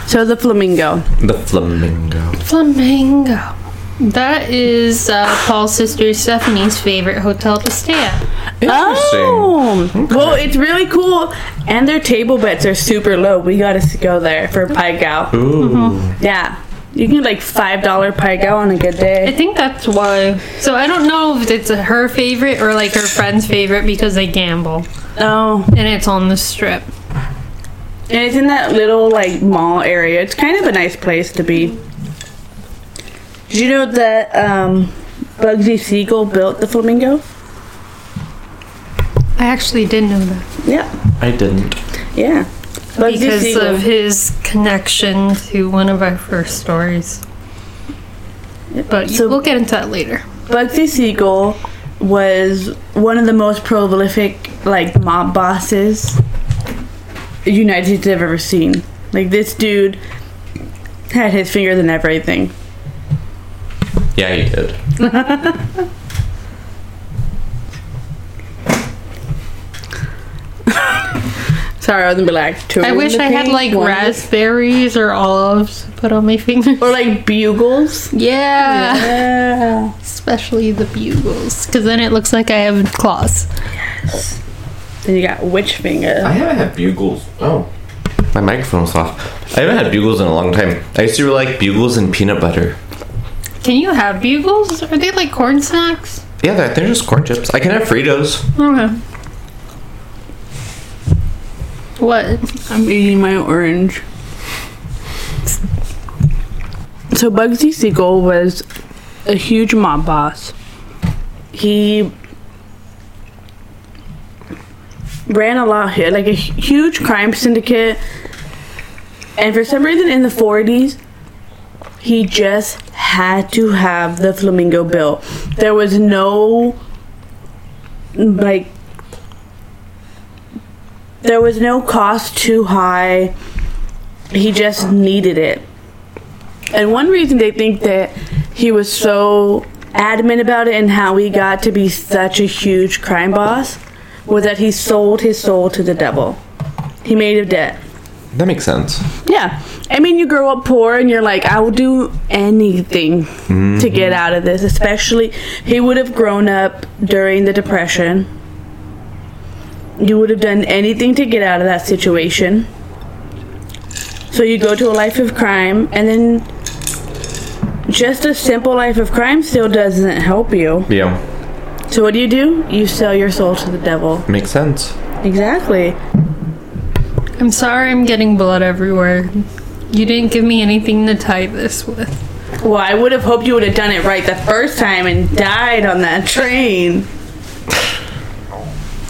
Speaker 1: so the flamingo.
Speaker 2: The flamingo.
Speaker 3: Flamingo. That is uh, Paul's sister Stephanie's favorite hotel to stay at.
Speaker 1: Oh, well, it's really cool, and their table bets are super low. We gotta s- go there for pie gow.
Speaker 2: Ooh.
Speaker 1: Yeah, you can get like five dollar pie gow on a good
Speaker 3: I
Speaker 1: day.
Speaker 3: think that's why. So I don't know if it's her favorite or like her friend's favorite because they gamble
Speaker 1: Oh,
Speaker 3: and it's on the strip.
Speaker 1: and it's in that little like mall area. It's kind of a nice place to be. Did you know that um, Bugsy Siegel built the flamingo?
Speaker 3: I actually did know that
Speaker 1: Yeah,
Speaker 2: I didn't.
Speaker 1: yeah. Bugsy
Speaker 3: because
Speaker 1: Siegel.
Speaker 3: of his connection to one of our first stories. But
Speaker 1: So-
Speaker 3: you we'll get into that later.
Speaker 1: Bugsy Siegel was one of the most prolific like mob bosses the United States have ever seen. Like this dude had his fingers in everything.
Speaker 2: Yeah, you did.
Speaker 1: Sorry, I was gonna be like. two
Speaker 3: I wish
Speaker 1: in the
Speaker 3: I had
Speaker 1: pink,
Speaker 3: like
Speaker 1: one-
Speaker 3: raspberries or olives to put on my fingers.
Speaker 1: or like bugles.
Speaker 3: yeah.
Speaker 1: Yeah.
Speaker 3: Especially the bugles, because then it looks like I have claws.
Speaker 1: Then you got witch finger.
Speaker 2: I haven't had bugles. Oh. My microphone was off. I haven't had bugles in a long time. I used to really like bugles and peanut butter.
Speaker 3: Can you have bugles? Are they like corn snacks?
Speaker 2: Yeah, they're, they're just corn chips. I can have Fritos.
Speaker 3: Okay. What?
Speaker 1: I'm eating my orange. So Bugsy Siegel was a huge mob boss. He ran a lot here, like a hu- huge crime syndicate. And for some reason in the 40s, he just had to have the Flamingo Bill. There was no like there was no cost too high. He just needed it. And one reason they think that he was so adamant about it and how he got to be such a huge crime boss was that he sold his soul to the devil. He made a debt.
Speaker 2: That makes sense.
Speaker 1: Yeah. I mean, you grow up poor and you're like, I will do anything to get out of this. Especially, he would have grown up during the Depression. You would have done anything to get out of that situation. So you go to a life of crime, and then just a simple life of crime still doesn't help you.
Speaker 2: Yeah,
Speaker 1: So, what do you do? You sell your soul to the devil.
Speaker 2: makes sense.
Speaker 1: Exactly.
Speaker 3: I'm sorry I'm getting blood everywhere. You didn't give me anything to tie this with.
Speaker 1: Well, I would have hoped you would have done it right the first time and died on that train.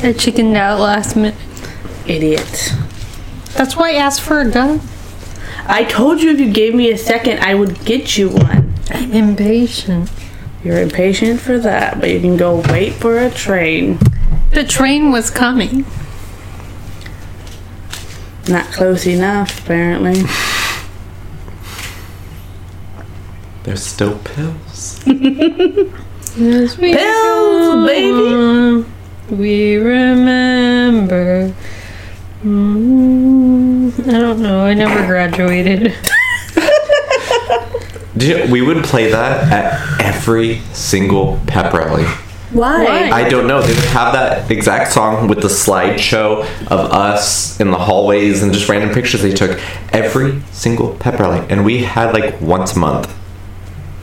Speaker 3: I chickened out last minute.
Speaker 1: Idiot.
Speaker 3: That's why I asked for a gun.
Speaker 1: I told you if you gave me a second, I would get you one.
Speaker 3: I'm impatient.
Speaker 1: You're impatient for that, but you can go wait for a train.
Speaker 3: The train was coming.
Speaker 1: Not close enough, apparently.
Speaker 2: There's still pills.
Speaker 3: Yes, we
Speaker 1: Pills, baby!
Speaker 3: remember. We remember. Mm, I don't know. I never graduated.
Speaker 2: Did you, we would play that at every single pep rally.
Speaker 1: Why?
Speaker 2: I don't know. They would have that exact song with the slideshow of us in the hallways and just random pictures they took every single pep rally, and we had like once a month.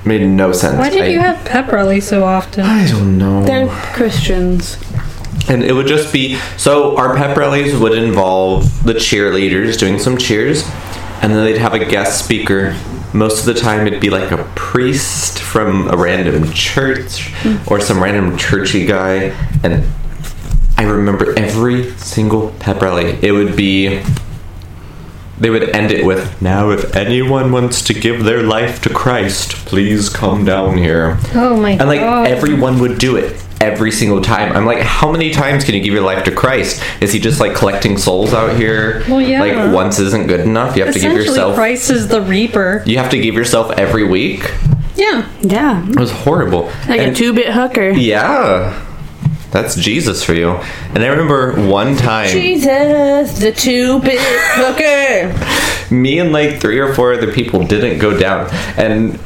Speaker 2: Made no sense.
Speaker 3: Why
Speaker 2: I-
Speaker 3: did you have pep rally so often?
Speaker 2: I don't know.
Speaker 1: They're Christians.
Speaker 2: And it would just be so our pep rallies would involve the cheerleaders doing some cheers, and then they'd have a guest speaker. Most of the time, it'd be like a priest from a random church or some random churchy guy. And I remember every single pep rally, it would be. They would end it with, Now, if anyone wants to give their life to Christ, please come down here.
Speaker 3: Oh my
Speaker 2: And like
Speaker 3: god.
Speaker 2: everyone would do it every single time. I'm like, how many times can you give your life to Christ? Is he just like collecting souls out here?
Speaker 3: Well, yeah.
Speaker 2: Like once isn't good enough. You have to give
Speaker 3: Essentially,
Speaker 2: yourself.
Speaker 3: Christ is the Reaper.
Speaker 2: You have to give yourself every week.
Speaker 3: Yeah.
Speaker 1: Yeah.
Speaker 2: It was horrible.
Speaker 1: Like a
Speaker 2: And-
Speaker 1: two bit hooker.
Speaker 2: Yeah. That's Jesus for you. And I remember one time.
Speaker 1: Jesus, the two bit hooker.
Speaker 2: me and like three or four other people didn't go down and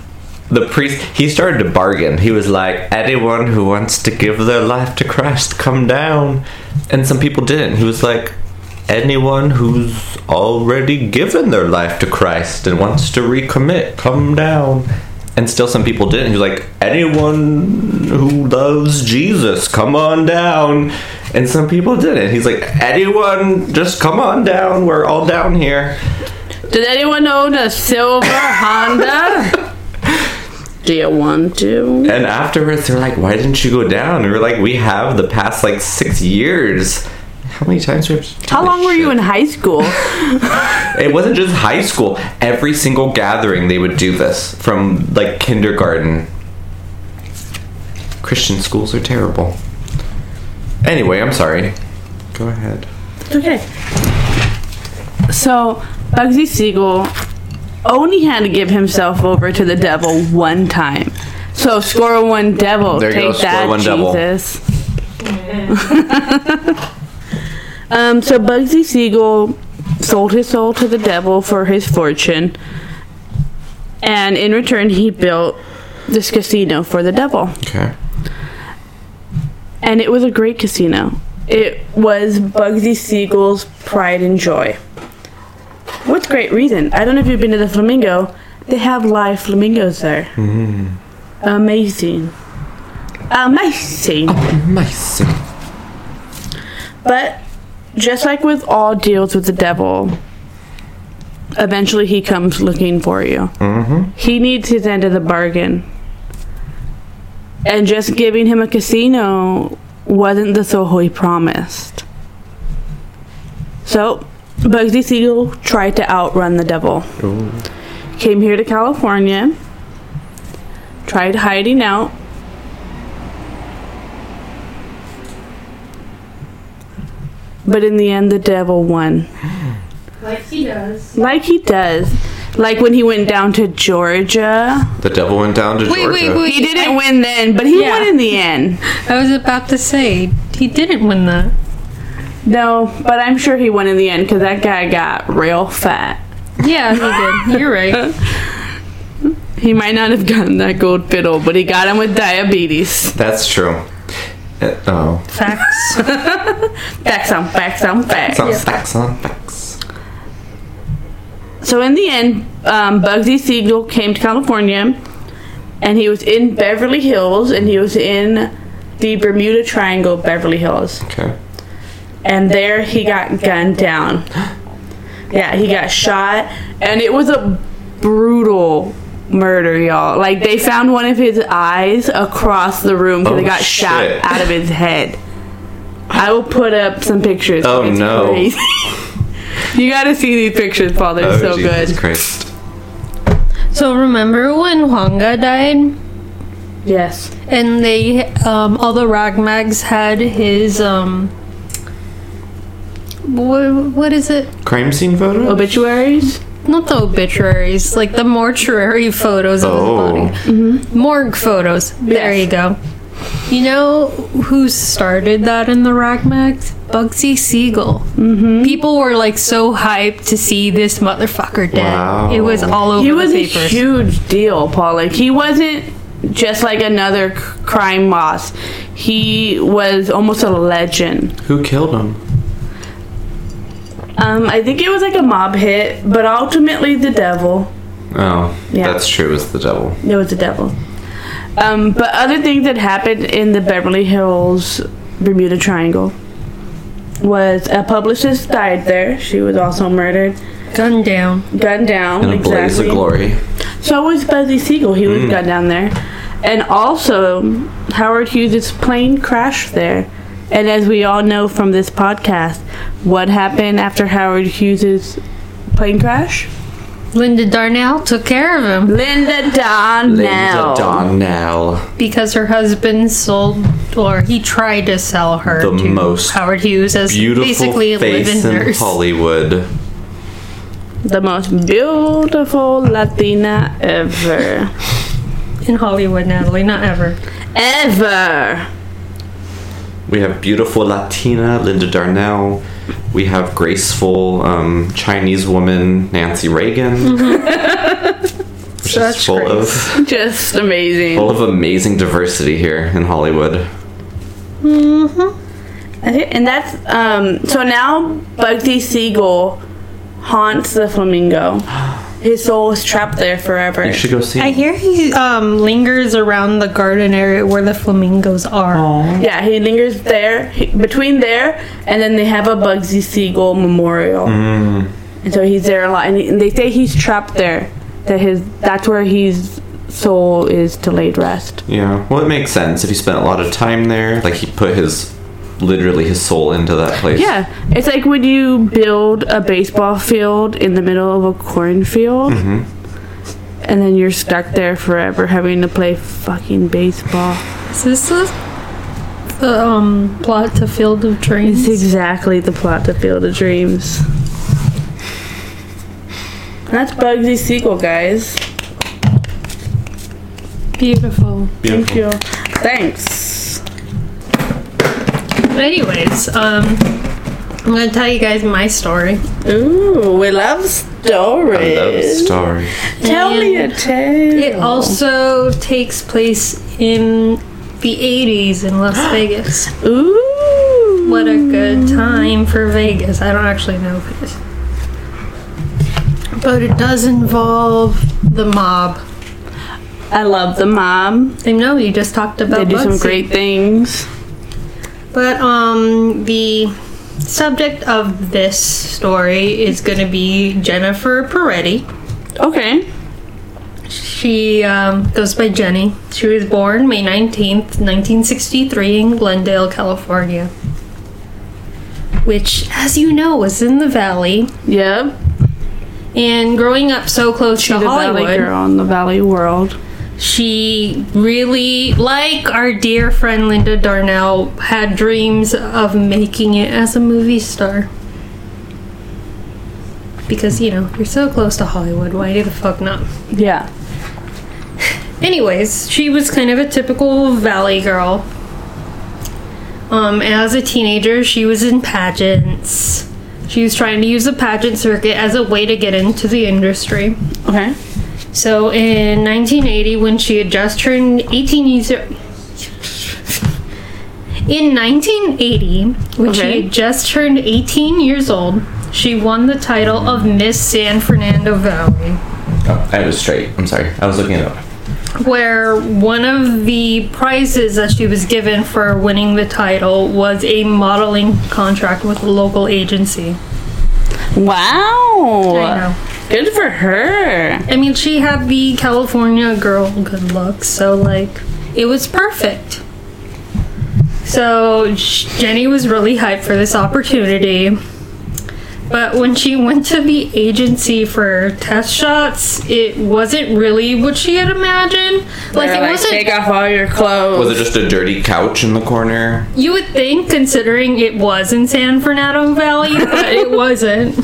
Speaker 2: the priest he started to bargain he was like anyone who wants to give their life to christ come down and some people didn't he was like anyone who's already given their life to christ and wants to recommit come down and still some people didn't he was like anyone who loves jesus come on down and some people didn't he's like anyone just come on down we're all down here
Speaker 1: Does anyone own a silver Honda? Do you want to?
Speaker 2: And afterwards, they're like, "Why didn't you go down?" And we're like, "We have the past like six years. How many times we have?" to do
Speaker 1: How
Speaker 2: this
Speaker 1: long were you in
Speaker 2: shit?"
Speaker 1: high school?
Speaker 2: It wasn't just high school. Every single gathering, they would do this from like kindergarten. Christian schools are terrible. Anyway, I'm sorry. Go ahead.
Speaker 1: Okay. So Bugsy Siegel only had to give himself over to the devil one time. So score one devil.
Speaker 2: There you
Speaker 1: Take
Speaker 2: go, score
Speaker 1: that,
Speaker 2: one devil.
Speaker 1: Jesus. Um, so Bugsy Siegel sold his soul to the devil for his fortune, and in return, he built this casino for the devil.
Speaker 2: Okay.
Speaker 1: And it was a great casino. It was Bugsy Siegel's pride and joy. With great reason. I don't know if you've been to the Flamingo. They have live flamingos there.
Speaker 2: Mm-hmm.
Speaker 1: Amazing. Amazing.
Speaker 2: Amazing.
Speaker 1: But just like with all deals with the devil, eventually he comes looking for you.
Speaker 2: Mm-hmm.
Speaker 1: He needs his end of the bargain. And just giving him a casino wasn't the soho he promised. So, Bugsy Siegel tried to outrun the devil.
Speaker 2: Ooh.
Speaker 1: Came here to California, tried hiding out. But in the end, the devil won
Speaker 5: Like he does.
Speaker 1: like he does. Like when he went down to Georgia.
Speaker 2: The devil went down to
Speaker 3: Wait,
Speaker 2: Georgia.
Speaker 3: wait, wait.
Speaker 1: He didn't win then, but he
Speaker 3: Yeah.
Speaker 1: won in the end.
Speaker 3: I was about to say he didn't win that.
Speaker 1: No, but I'm sure he won in the end because that guy got real fat.
Speaker 3: Yeah, he did. You're right.
Speaker 1: He might not have gotten that gold fiddle, but he got him with diabetes.
Speaker 2: That's true. Uh, oh.
Speaker 3: Facts.
Speaker 1: Facts on facts on facts.
Speaker 2: Sounds facts, huh? Facts.
Speaker 1: So in the end, um, Bugsy Siegel came to California, and he was in Beverly Hills, and he was in the Bermuda Triangle, Beverly Hills.
Speaker 2: Okay.
Speaker 1: and there he got gunned down. Yeah, he got shot, and it was a brutal murder, y'all. Like they found one of his eyes across the room because it
Speaker 2: Oh,
Speaker 1: got shot
Speaker 2: shit.
Speaker 1: out of his head. I will put up some pictures.
Speaker 2: Oh, no.
Speaker 1: crazy. you got to see these pictures, Paul. They're
Speaker 2: oh,
Speaker 1: so
Speaker 2: Jesus
Speaker 1: good.
Speaker 2: Christ.
Speaker 3: so remember when Huanga died?
Speaker 1: Yes.
Speaker 3: and they um, all the rag mags had his um what, what is it
Speaker 2: Crime scene photo?
Speaker 1: Oh. Obituaries.
Speaker 3: not the obituaries like the mortuary photos of
Speaker 2: Oh.
Speaker 3: his body Mm-hmm. morgue photos there
Speaker 1: Yes.
Speaker 3: you go you know who started that in the rag mags bugsy siegel mm-hmm. people were like so hyped to see this motherfucker dead
Speaker 2: Wow.
Speaker 3: it was all over
Speaker 1: He was
Speaker 3: the
Speaker 1: a
Speaker 3: papers
Speaker 1: huge deal, Paul. Like he wasn't just like another c- crime boss. He was almost a legend.
Speaker 2: Who killed him?
Speaker 1: Um, I think it was like a mob hit, but ultimately the devil.
Speaker 2: Oh.
Speaker 1: Yeah.
Speaker 2: That's true. It was the devil.
Speaker 1: It was the devil. Um, but other things that happened in the Beverly Hills Bermuda Triangle was a publicist died there. She was also murdered,
Speaker 3: gunned down
Speaker 1: gunned down.
Speaker 3: Oh,
Speaker 2: In a blaze of glory.
Speaker 1: So was Buzzy Siegel. He was gunned down there, and also Howard Hughes' plane crashed there. And as we all know from this podcast, what happened after Howard Hughes' plane crash?
Speaker 3: linda darnell took care of him
Speaker 1: Linda Donnell.
Speaker 2: Linda Donnell.
Speaker 3: because her husband sold or he tried to sell her
Speaker 2: The
Speaker 3: to
Speaker 2: most
Speaker 3: Howard Hughes as
Speaker 2: Beautiful
Speaker 3: basically a live-in
Speaker 2: face in
Speaker 3: nurse.
Speaker 2: Hollywood.
Speaker 1: The most beautiful Latina ever.
Speaker 3: in Hollywood, Natalie, not ever.
Speaker 1: ever.
Speaker 2: We have beautiful Latina Linda Darnell. We have graceful um, Chinese woman Nancy Reagan. which is
Speaker 3: Mm-hmm. Such
Speaker 2: full
Speaker 3: grace.
Speaker 2: of
Speaker 1: Just amazing.
Speaker 2: full of amazing diversity here in Hollywood.
Speaker 1: I thi- And that's um so now Bugsy Siegel haunts the flamingo. His soul is trapped there forever.
Speaker 2: You should go see.
Speaker 3: I hear he um, lingers around the garden area where the flamingos are.
Speaker 1: Yeah, he lingers there he, between there and then they have a Bugsy Siegel memorial.
Speaker 2: Hmm. Mm,
Speaker 1: And so he's there a lot and, he- and they say he's trapped there. That his that's where his soul is to laid rest.
Speaker 2: yeah, well, it makes sense if he spent a lot of time there. Like he put his literally his soul into that place.
Speaker 1: Yeah, it's like when you build a baseball field in the middle of a cornfield, and then you're stuck there forever having to play fucking baseball.
Speaker 3: Is this the, the um, plot to Field of
Speaker 1: It's
Speaker 3: Dreams?
Speaker 1: exactly the plot to Field of Dreams. And that's Bugsy's sequel, guys.
Speaker 3: Beautiful.
Speaker 1: Thank you. Thanks.
Speaker 3: Anyways, um, I'm gonna tell you guys my story.
Speaker 1: Ooh, we love
Speaker 2: I love the
Speaker 1: stories.
Speaker 2: story.
Speaker 1: Tell me a tale.
Speaker 3: It also takes place in the 80s in Las Vegas.
Speaker 1: Ooh.
Speaker 3: What a good
Speaker 1: Hmm.
Speaker 3: time for Vegas. I don't actually know Vegas. But it does involve the mob.
Speaker 1: I love the mom.
Speaker 3: I know you just talked
Speaker 1: They
Speaker 3: about
Speaker 1: do some
Speaker 3: Bugsy.
Speaker 1: great things.
Speaker 3: But um the subject of this story is going to be Jennifer Peretti.
Speaker 1: Okay.
Speaker 3: She um, goes by Jenny. She was born May 19th, 1963, in Glendale, California. Which, as you know, was in the valley.
Speaker 1: Yep.
Speaker 3: And growing up so close
Speaker 1: She's
Speaker 3: to
Speaker 1: a valley
Speaker 3: Hollywood,
Speaker 1: girl in the valley world.
Speaker 3: she really, like our dear friend Linda Darnell, had dreams of making it as a movie star. Because, you know, you're so close to Hollywood, why the fuck not?
Speaker 1: Yeah.
Speaker 3: Anyways, she was kind of a typical valley girl. Um, as a teenager, she was in pageants. She was trying to use the pageant circuit as a way to get into the industry.
Speaker 1: Okay.
Speaker 3: So in 1980, when she had just turned 18 years in 1980, when
Speaker 1: Okay.
Speaker 3: she had just turned 18 years old, she won the title of Miss San Fernando Valley.
Speaker 2: Oh, I was straight. I'm sorry. I was looking it up.
Speaker 3: where one of the prizes that she was given for winning the title was a modeling contract with a local agency.
Speaker 1: Wow.
Speaker 3: I know.
Speaker 1: Good for her.
Speaker 3: I mean, she had the California girl good looks, so like it was perfect. So sh- Jenny was really hyped for this opportunity. But when she went to the agency for test shots, it wasn't really what she had imagined. Like
Speaker 1: They're
Speaker 3: it wasn't
Speaker 1: take off all your
Speaker 2: Was
Speaker 1: clothes.
Speaker 2: it just a dirty couch in the corner?
Speaker 3: You would think, considering it was in San Fernando Valley, but it wasn't.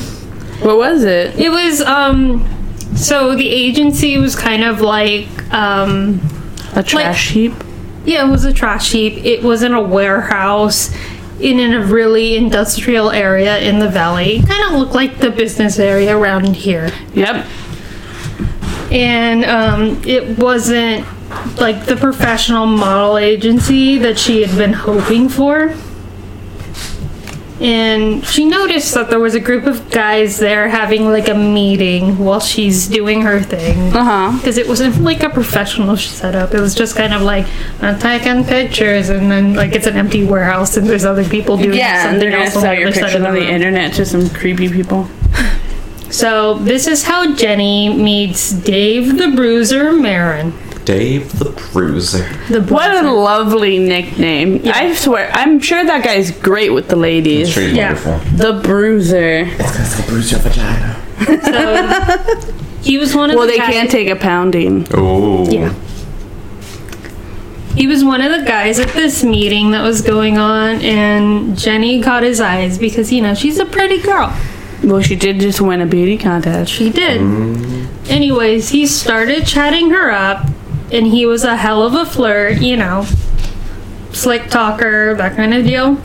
Speaker 1: what was it?
Speaker 3: It was, um, so the agency was kind of like, um,
Speaker 1: A trash heap.
Speaker 3: yeah, it was a trash heap. It was in a warehouse in a really industrial area in the valley. Kind of looked like the business area around here.
Speaker 1: Yep.
Speaker 3: and um, it wasn't like the professional model agency that she had been hoping for. And she noticed that there was a group of guys there having like a meeting while she's doing her thing.
Speaker 1: Uh huh.
Speaker 3: Because it wasn't like a professional setup. It was just kind of like I'm taking pictures, and then like it's an empty warehouse, and there's other people doing
Speaker 1: Yeah,
Speaker 3: something
Speaker 1: they're gonna
Speaker 3: else on the
Speaker 1: sell your
Speaker 3: other side
Speaker 1: pictures
Speaker 3: of the
Speaker 1: on the
Speaker 3: room.
Speaker 1: internet to some creepy people.
Speaker 3: So this is how Jenny meets Dave the Bruiser Marin.
Speaker 2: Dave the Bruiser.
Speaker 3: The
Speaker 1: What a lovely nickname. I swear, I'm sure that guy's great with the ladies.
Speaker 2: Sure,
Speaker 3: Yeah.
Speaker 2: wonderful.
Speaker 1: The Bruiser.
Speaker 4: It's gonna say bruise your vagina.
Speaker 3: So he was one of
Speaker 1: Well,
Speaker 3: the
Speaker 1: they
Speaker 3: guys,
Speaker 1: can't take a pounding.
Speaker 2: Oh.
Speaker 3: Yeah. He was one of the guys at this meeting that was going on, and Jenny caught his eyes because you know she's a pretty girl.
Speaker 1: Well, she did just win a beauty contest.
Speaker 3: She did. Anyways, he started chatting her up, and he was a hell of a flirt, you know, slick talker, that kind of deal.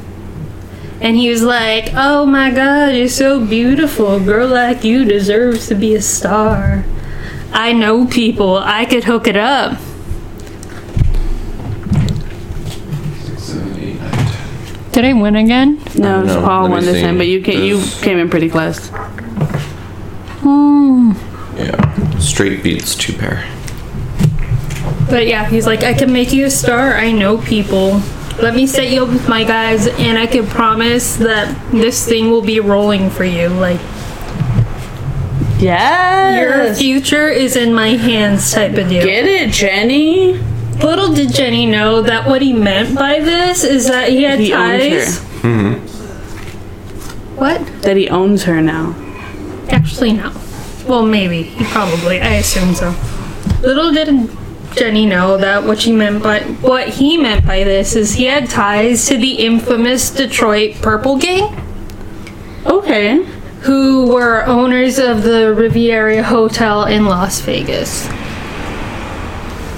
Speaker 3: And he was like, "Oh my God, you're so beautiful. A girl like you deserves to be a star. I know people. I could hook it up." Did I win again?
Speaker 1: No,
Speaker 2: No,
Speaker 1: Paul
Speaker 2: let
Speaker 1: won
Speaker 2: me
Speaker 1: this
Speaker 2: see.
Speaker 1: time, but you can, you
Speaker 2: This-
Speaker 1: came in pretty close.
Speaker 2: Yeah. Straight beats two pair.
Speaker 3: But yeah, he's like, I can make you a star. I know people. Let me set you up with my guys, and I can promise that this thing will be rolling for you. Like, your
Speaker 1: Yes.
Speaker 3: future is in my hands, type of deal.
Speaker 1: Get it, Jenny.
Speaker 3: Little did Jenny know that what he meant by this is that he had
Speaker 1: He owns
Speaker 3: ties.
Speaker 1: her.
Speaker 3: What?
Speaker 1: That he owns her now.
Speaker 3: Actually, no. Well, maybe. He probably. I assume so. Little did Jenny know that what she meant by what he meant by this is he had ties to the infamous Detroit Purple Gang.
Speaker 1: Okay.
Speaker 3: who were owners of the Riviera Hotel in Las Vegas.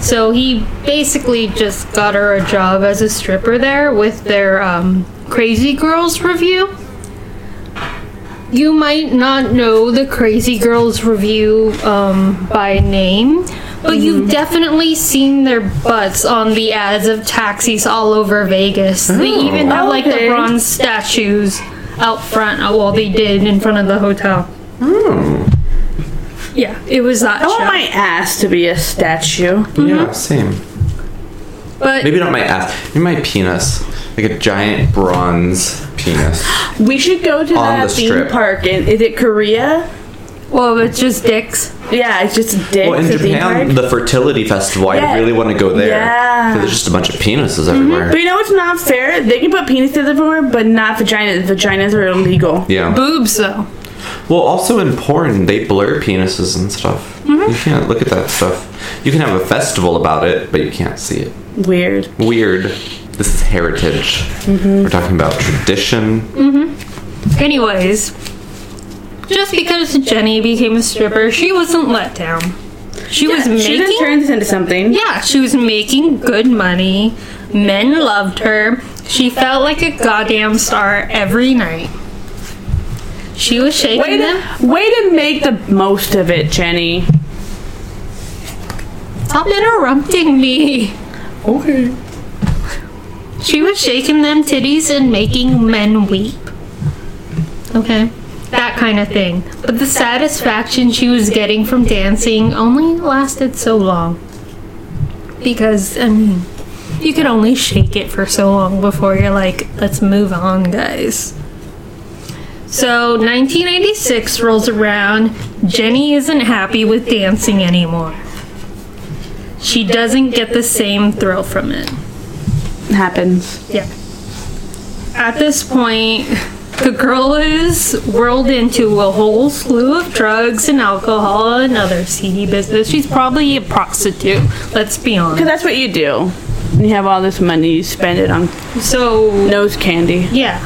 Speaker 3: So he basically just got her a job as a stripper there with their um, Crazy Girls review, you might not know the Crazy Girls review um, by name, but
Speaker 1: Mm-hmm.
Speaker 3: you've definitely seen their butts on the ads of taxis all over Vegas. They even have like
Speaker 1: Oh, Okay.
Speaker 3: the bronze statues out front. Oh, well, they did in front of the hotel. Yeah, it was that
Speaker 1: I want
Speaker 3: show.
Speaker 1: Hmm. Oh, my ass to be a statue.
Speaker 2: Yeah, same.
Speaker 3: But
Speaker 2: Maybe not my ass. Maybe my penis. Like a giant bronze penis.
Speaker 1: We should go to
Speaker 2: On
Speaker 1: that
Speaker 2: the
Speaker 1: theme
Speaker 2: strip.
Speaker 1: park. In, is it Korea?
Speaker 3: well, it's just dicks.
Speaker 1: Yeah, it's just dicks.
Speaker 2: Well, in
Speaker 1: at theme park.
Speaker 2: Japan, the fertility festival,
Speaker 1: Yeah.
Speaker 2: I really want to go there.
Speaker 1: Yeah. Mm-hmm.
Speaker 2: 'Cause There's just a bunch of penises everywhere.
Speaker 1: But you know it's not fair? They can put penises everywhere, but not vaginas. Vaginas are illegal.
Speaker 2: Yeah.
Speaker 3: Boobs though.
Speaker 2: Well, also in porn, they blur penises and stuff. You can't look at that stuff. You can have a festival about it, but you can't see it.
Speaker 1: Weird.
Speaker 2: Weird. This is heritage. We're talking about tradition.
Speaker 3: Anyways, just because Jenny became a stripper, she wasn't let down. She was making
Speaker 1: She didn't turn this into something.
Speaker 3: Yeah, she was making good money. Men loved her. She felt like a goddamn star every night. She was shaking
Speaker 1: Way
Speaker 3: them.
Speaker 1: to, way to make the most of it, Jenny.
Speaker 3: Stop interrupting me.
Speaker 4: Okay.
Speaker 3: She was shaking them titties and making men weep. Okay. That kind of thing. But the satisfaction she was getting from dancing only lasted so long. Because, I mean, you could only shake it for so long before you're like, let's move on, guys. So 1996 rolls around. Jenny isn't happy with dancing anymore. She doesn't get the same thrill from it.
Speaker 1: Happens.
Speaker 3: Yeah. At this point, the girl is whirled into a whole slew of drugs and alcohol and other seedy business. She's probably a prostitute, let's be
Speaker 1: Because
Speaker 3: honest.
Speaker 1: that's what you do. You have all this money, you spend it on
Speaker 3: So,
Speaker 1: nose candy.
Speaker 3: yeah.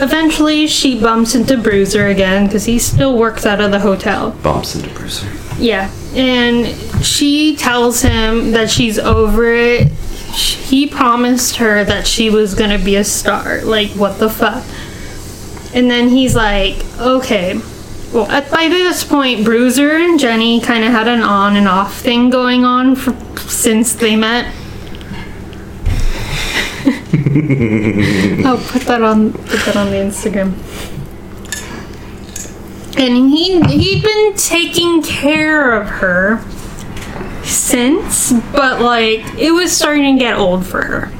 Speaker 3: Eventually, she bumps into Bruiser again because he still works out of the hotel.
Speaker 2: Bumps into Bruiser.
Speaker 3: Yeah. And she tells him that she's over it. Sh- He promised her that she was going to be a star. Like, what the fuck? And then he's like, okay. Well, at, by this point, Bruiser and Jenny kind of had an on and off thing going on for, since they met. oh, put that on. Put that on the Instagram. And he he'd been taking care of her since, but like it was starting to get old for her.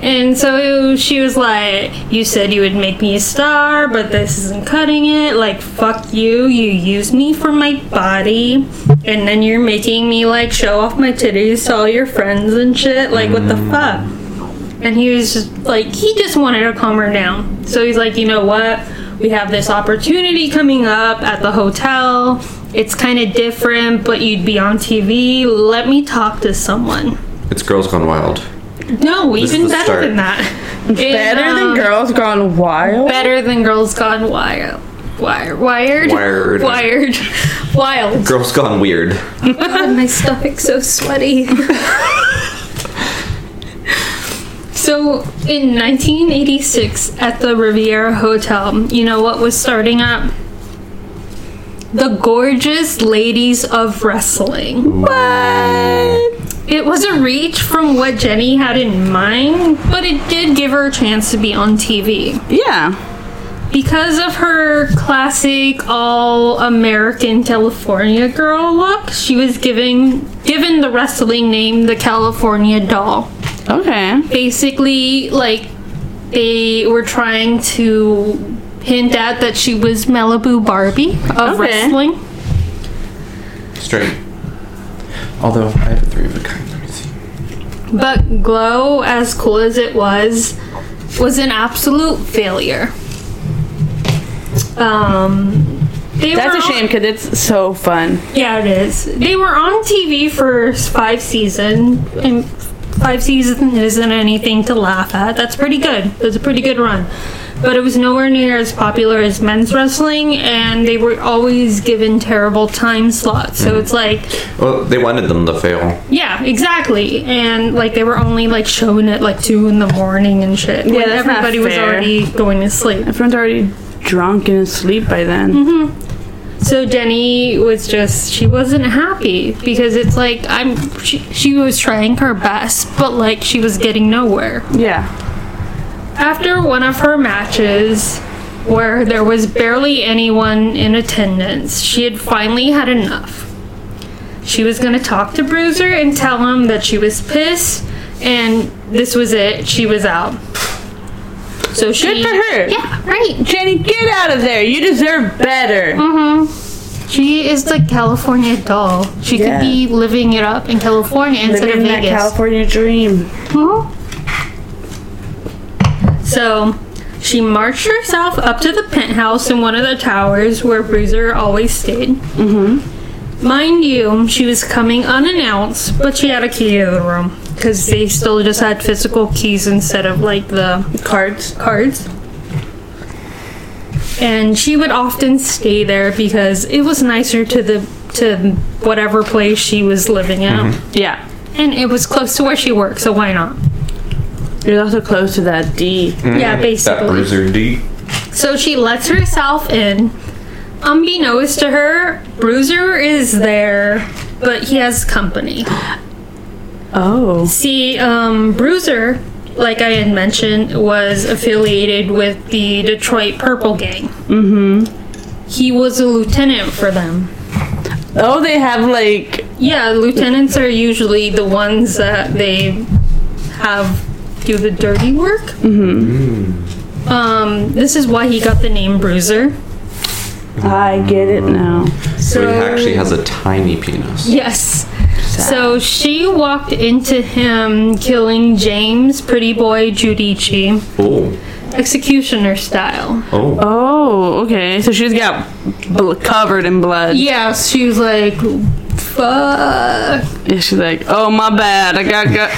Speaker 3: And so she was like, "You said you would make me a star, but this isn't cutting it. Like, fuck you. You use me for my body, and then you're making me like show off my titties to all your friends and shit. Like, what the fuck?" And he was just like, he just wanted to calm her down. So he's like, you know what? We have this opportunity coming up at the hotel. It's kind of different, but you'd be on TV. Let me talk to someone.
Speaker 2: It's Girls Gone Wild.
Speaker 3: No,
Speaker 2: is
Speaker 3: even
Speaker 2: the
Speaker 3: better
Speaker 2: start.
Speaker 3: than that. um,
Speaker 1: Better than girls gone wild?
Speaker 3: Better than girls gone wild. Wire, wired,
Speaker 2: Wired.
Speaker 3: wired, wild.
Speaker 2: Girls Gone Weird.
Speaker 3: God, my stomach's so sweaty. so, in 1986, at the Riviera Hotel, you know what was starting up? The Gorgeous Ladies of Wrestling. It was a reach from what Jenny had in mind, but it did give her a chance to be on TV
Speaker 1: Yeah.
Speaker 3: because of her classic all American California girl look, she was given given the wrestling name the California Doll.
Speaker 1: Okay.
Speaker 3: Basically, like they were trying to hint at that she was Malibu Barbie of
Speaker 1: Okay.
Speaker 3: wrestling.
Speaker 2: Straight. Although, I have a three of a kind. Let me see.
Speaker 3: But Glow, as cool as it was, was an absolute failure. Um, they
Speaker 1: That's
Speaker 3: were
Speaker 1: a
Speaker 3: all-
Speaker 1: shame because it's so fun.
Speaker 3: Yeah, it is. They were on TV for five season, and five season isn't anything to laugh at. That's pretty good. That's a pretty good run. But it was nowhere near as popular as men's wrestling, and they were always given terrible time slots. So it's like,
Speaker 2: Well, they wanted them to fail.
Speaker 3: yeah, exactly. And like they were only like showing it like two in the morning and shit.
Speaker 1: Yeah,
Speaker 3: when
Speaker 1: that's not
Speaker 3: everybody was
Speaker 1: fair.
Speaker 3: already going to sleep.
Speaker 1: Everyone's already drunk and asleep by then.
Speaker 3: So Jenny was just she wasn't happy because it's like I'm she, she was trying her best, but like she was getting nowhere.
Speaker 1: Yeah.
Speaker 3: After one of her matches where there was barely anyone in attendance, she had finally had enough. She was going to talk to Bruiser and tell him that she was pissed and this was it, she was out. So she
Speaker 1: Good for her.
Speaker 3: Yeah, right.
Speaker 1: Jenny, get out of there. You deserve better.
Speaker 3: She is the California doll. She
Speaker 1: Yeah.
Speaker 3: could be living it up in California instead
Speaker 1: Living
Speaker 3: of
Speaker 1: that
Speaker 3: Vegas.
Speaker 1: California dream.
Speaker 3: Mhm. So she marched herself up to the penthouse in one of the towers where Bruiser always stayed. Mm-hmm. Mind you, she was coming unannounced, but she had a key to the room because they still just had physical keys instead of like the
Speaker 1: Cards.
Speaker 3: cards. And she would often stay there because it was nicer to the to whatever place she was living at.
Speaker 1: Mm-hmm. Yeah.
Speaker 3: And it was close to where she worked, so why not?
Speaker 1: You're also close to that D.
Speaker 3: Yeah,
Speaker 2: Mm-hmm. That
Speaker 3: basically.
Speaker 2: bruiser D.
Speaker 3: So she lets herself in. Unbeknownst to her, Bruiser is there, but he has company.
Speaker 1: Oh.
Speaker 3: See, um, Bruiser, like I had mentioned, was affiliated with the Detroit Purple Gang. Mm-hmm. He was a lieutenant for them.
Speaker 1: Oh, they have like
Speaker 3: Yeah, lieutenants are usually the ones that they have do the dirty work. Mm-hmm. Um, this is why he got the name Bruiser.
Speaker 1: I get it now.
Speaker 2: So,
Speaker 3: So
Speaker 2: he actually has a tiny penis.
Speaker 3: Yes. So she walked into him killing James Pretty Boy Giudice,
Speaker 2: Oh,
Speaker 3: executioner style.
Speaker 2: oh.
Speaker 1: Oh, okay. So she's got bl- covered in blood.
Speaker 3: Yeah, she was like, fuck.
Speaker 1: Yeah, she's like, oh my bad, I got, got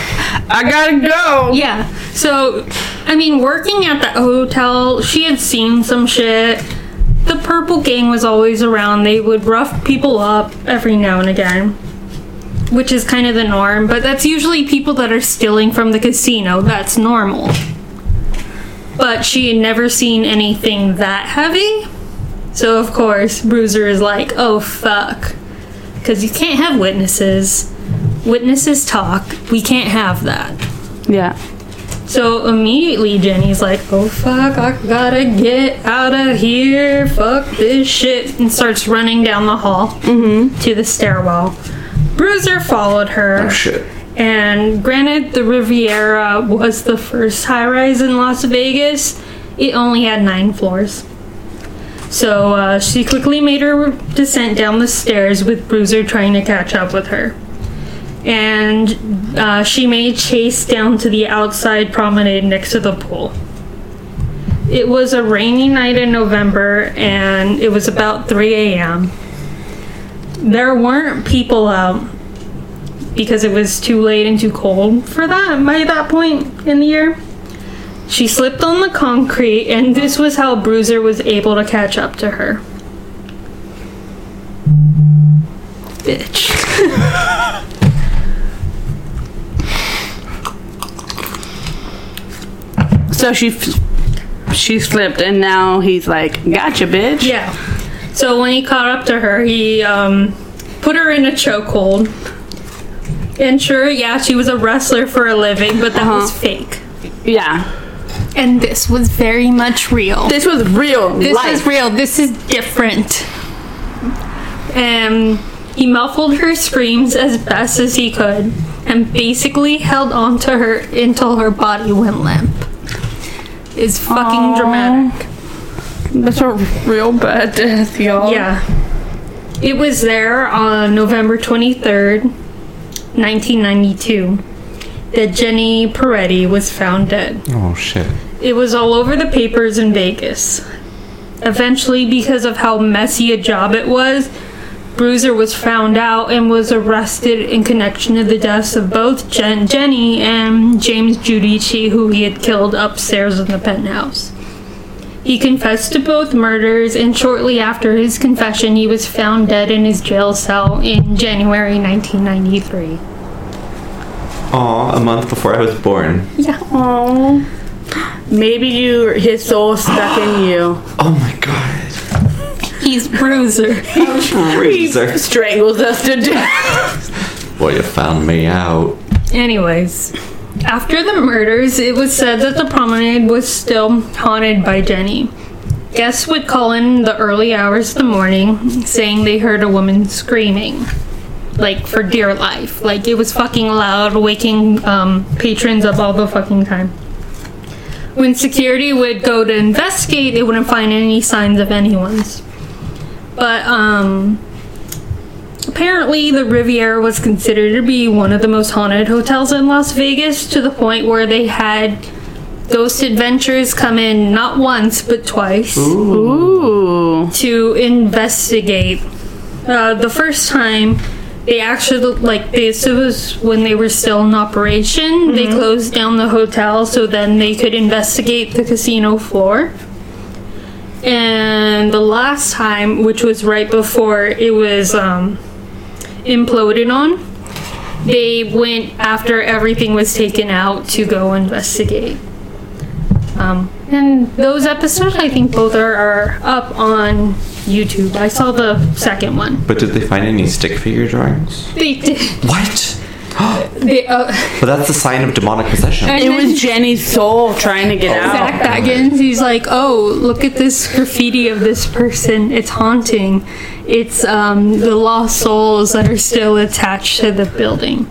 Speaker 1: I gotta go.
Speaker 3: Yeah. So, I mean, working at the hotel, she had seen some shit. The purple gang was always around. They would rough people up every now and again, which is kind of the norm, but that's usually people that are stealing from the casino. That's normal. But she had never seen anything that heavy. So, of course, Bruiser is like, oh fuck. Because you can't have witnesses. Witnesses talk. We can't have that.
Speaker 1: Yeah.
Speaker 3: So immediately Jenny's like, oh fuck, I gotta get out of here, fuck this shit, and starts running down the hall to the stairwell. Bruiser followed her,
Speaker 2: Oh, shit.
Speaker 3: and granted, the Riviera was the first high rise in Las Vegas, it only had nine floors. So uh, she quickly made her descent down the stairs with Bruiser trying to catch up with her and uh, she made Chase down to the outside promenade next to the pool. It was a rainy night in November, and it was about 3 a.m. There weren't people out because it was too late and too cold for that by that point in the year. She slipped on the concrete, and this was how Bruiser was able to catch up to her. Bitch.
Speaker 1: So she, f- she slipped, and now he's like, gotcha, bitch.
Speaker 3: Yeah. So when he caught up to her, he um, put her in a chokehold. And sure, yeah, she was a wrestler for a living, but that was fake.
Speaker 1: Yeah.
Speaker 3: Uh-huh. And this was very much real.
Speaker 1: This was real
Speaker 3: This
Speaker 1: life.
Speaker 3: is real. This is different. And Um, he muffled her screams as best as he could and basically held on to her until her body went limp. It's fucking dramatic.
Speaker 1: That's a real bad death, y'all.
Speaker 3: Yeah. It was there on November 23rd, 1992, that Jenny Peretti was found dead.
Speaker 2: Oh, shit.
Speaker 3: It was all over the papers in Vegas. Eventually, because of how messy a job it was, Bruiser was found out and was arrested in connection to the deaths of both Jen- Jenny and James Giudice, who he had killed upstairs in the penthouse. He confessed to both murders, and shortly after his confession, he was found dead in his jail cell in January 1993.
Speaker 2: Aw, a month before I was born.
Speaker 3: Yeah.
Speaker 1: Aww. Maybe you, his soul stuck in you.
Speaker 2: Oh my god.
Speaker 3: He's bruiser.
Speaker 2: Razor.
Speaker 1: Strangles us to death.
Speaker 2: Well, you found me out.
Speaker 3: Anyways, after the murders, it was said that the promenade was still haunted by Jenny. Guests would call in the early hours of the morning saying they heard a woman screaming. Like for dear life. Like it was fucking loud, waking um, patrons up all the fucking time. When security would go to investigate, they wouldn't find any signs of anyone's. But um, Apparently, the Riviera was considered to be one of the most haunted hotels in Las Vegas to the point where they had ghost adventures come in not once but twice
Speaker 1: Ooh.
Speaker 3: to investigate. Uh, the first time, they actually like this was when they were still in operation. They closed down the hotel so then they could investigate the casino floor. And the last time, which was right before it was um, imploded on, they went after everything was taken out to go investigate. Um, and those episodes, I think both are, are up on YouTube. I saw the second one.
Speaker 2: But did they find any stick figure drawings?
Speaker 3: They did.
Speaker 2: What?
Speaker 3: They, uh,
Speaker 2: But that's the sign of demonic possession.
Speaker 1: It was Jenny's soul trying to get out.
Speaker 3: Zach Baggins, he's like, oh, look at this graffiti of this person. It's haunting. It's um, the lost souls that are still attached to the building.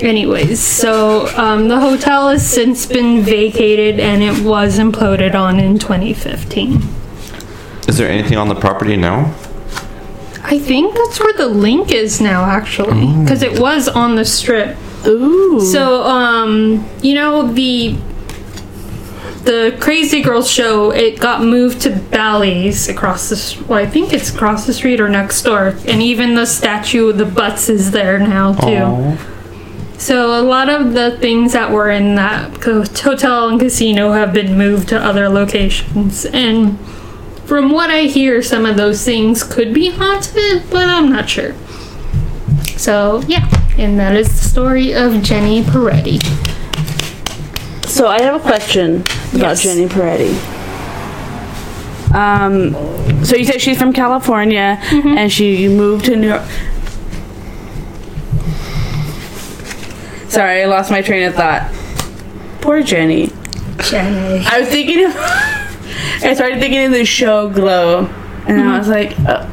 Speaker 3: Anyways, so um, the hotel has since been vacated and it was imploded on in 2015.
Speaker 2: Is there anything on the property now?
Speaker 3: I think that's where the link is now, actually, because it was on the strip.
Speaker 1: Ooh.
Speaker 3: So, um, you know the the Crazy Girl show. It got moved to Bally's across the. s- Well, I think it's across the street or next door, and even the statue of the butts is there now too. So a lot of the things that were in that co- hotel and casino have been moved to other locations, and from what I hear, some of those things could be haunted, but I'm not sure. So yeah, and that is the story of Jenny Peretti.
Speaker 1: So I have a question about
Speaker 3: Yes.
Speaker 1: Jenny Peretti. Um, so you said she's from California
Speaker 3: Mm-hmm.
Speaker 1: and she moved to New York. Sorry, I lost my train of thought. Poor Jenny.
Speaker 3: Jenny.
Speaker 1: I was thinking of. I started thinking of the show Glow, and
Speaker 3: Mm-hmm.
Speaker 1: I was like, oh,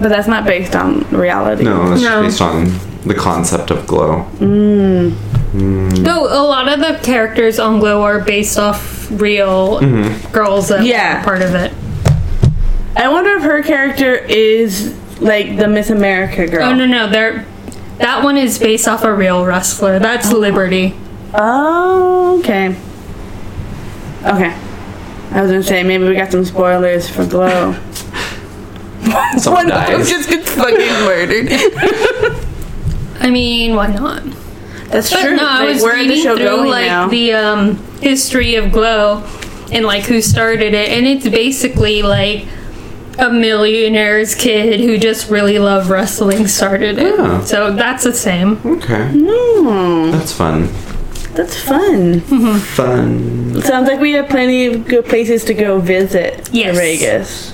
Speaker 1: but that's not based on reality.
Speaker 2: No, that's
Speaker 3: No.
Speaker 2: just based on the concept of glow.
Speaker 1: Mm.
Speaker 3: Though a lot of the characters on Glow are based off real girls that
Speaker 1: Mm-hmm. Yeah.
Speaker 3: are part of it.
Speaker 1: I wonder if her character is like the Miss America girl.
Speaker 3: Oh no no, they're that one is based off a real wrestler. That's Liberty.
Speaker 1: Oh, okay. Okay. I was gonna say maybe we got some spoilers for Glow.
Speaker 2: Someone dies.
Speaker 1: gets fucking murdered.
Speaker 3: I mean, why not?
Speaker 1: That's
Speaker 3: But
Speaker 1: true.
Speaker 3: no, I
Speaker 1: Like,
Speaker 3: was
Speaker 1: where are
Speaker 3: reading through like the um, history of Glow and like who started it, and it's basically like a millionaire's kid who just really loved wrestling started it.
Speaker 2: Yeah.
Speaker 3: So that's the same.
Speaker 2: okay.
Speaker 3: Hmm.
Speaker 2: That's fun.
Speaker 1: That's fun.
Speaker 2: Fun.
Speaker 1: Sounds like we have plenty of good places to go visit in
Speaker 3: Yes.
Speaker 1: Vegas.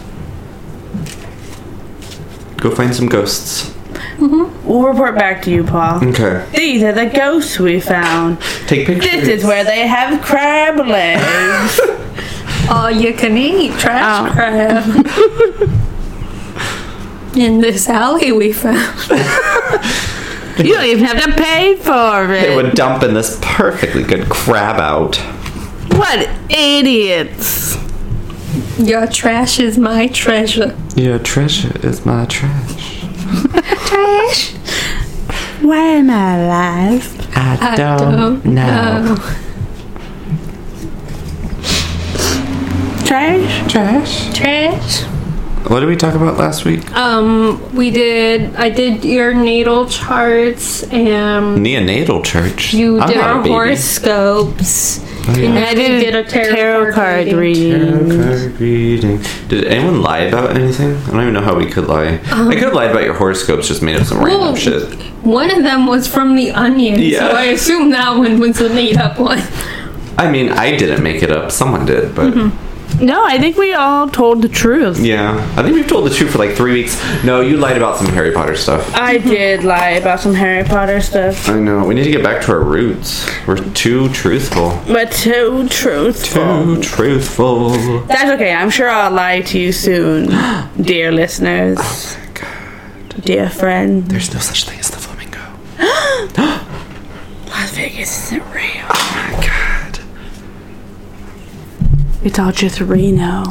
Speaker 2: Go find some ghosts.
Speaker 1: We'll report back to you, Paul.
Speaker 2: Okay.
Speaker 1: These are the ghosts we found.
Speaker 2: Take pictures.
Speaker 1: This is where they have crab legs.
Speaker 3: All you can eat trash
Speaker 1: Oh.
Speaker 3: crab. In this alley we found.
Speaker 1: you don't even have to pay for
Speaker 2: They were dumping this perfectly good crab out.
Speaker 1: What idiots!
Speaker 3: Your trash is my treasure.
Speaker 2: Your treasure is my trash.
Speaker 3: Trash?
Speaker 1: Why am I alive?
Speaker 2: I,
Speaker 3: I don't know.
Speaker 1: Trash?
Speaker 2: Trash.
Speaker 3: Trash?
Speaker 2: What did we talk about last week?
Speaker 3: Um, we did, I did your natal charts and
Speaker 2: Neonatal church.
Speaker 3: you
Speaker 2: I'm
Speaker 3: did
Speaker 2: not a
Speaker 3: our
Speaker 2: baby. Oh,
Speaker 3: horoscopes.
Speaker 2: yeah.
Speaker 3: And I did, a tarot, card reading.
Speaker 2: Okay, reading. Did anyone lie about anything? I don't even know how we could lie. I could have lied about your horoscopes, just made up some random
Speaker 3: Well,
Speaker 2: shit.
Speaker 3: One of them was from The Onion,
Speaker 2: Yeah.
Speaker 3: so I assume that one was the made up one.
Speaker 2: I mean, I didn't make it up. Someone did, but
Speaker 1: No, I think we all told the truth.
Speaker 2: yeah, I think we've told the truth for like three weeks. No, you lied about some Harry Potter stuff.
Speaker 1: I did lie about some Harry Potter stuff,
Speaker 2: I know. We need to get back to our roots. We're too truthful.
Speaker 1: but too truthful.
Speaker 2: Too truthful.
Speaker 1: That's okay. I'm sure I'll lie to you soon, dear listeners.
Speaker 2: Oh
Speaker 1: Dear friend,
Speaker 2: There's no such thing as the flamingo.
Speaker 1: Las Vegas isn't real.
Speaker 2: Oh my god.
Speaker 1: It's all just Reno.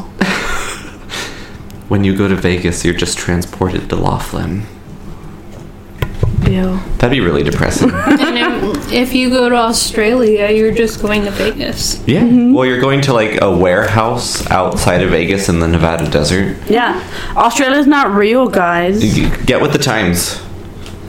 Speaker 2: When you go to Vegas, you're just transported to Laughlin.
Speaker 1: Ew.
Speaker 2: That'd be really depressing.
Speaker 3: And if, if you go to Australia, you're just going to Vegas.
Speaker 2: Yeah.
Speaker 1: Mm-hmm.
Speaker 2: Well, you're going to like a warehouse outside of Vegas in the Nevada desert.
Speaker 1: Yeah, Australia's not real, guys.
Speaker 2: You Get with the times.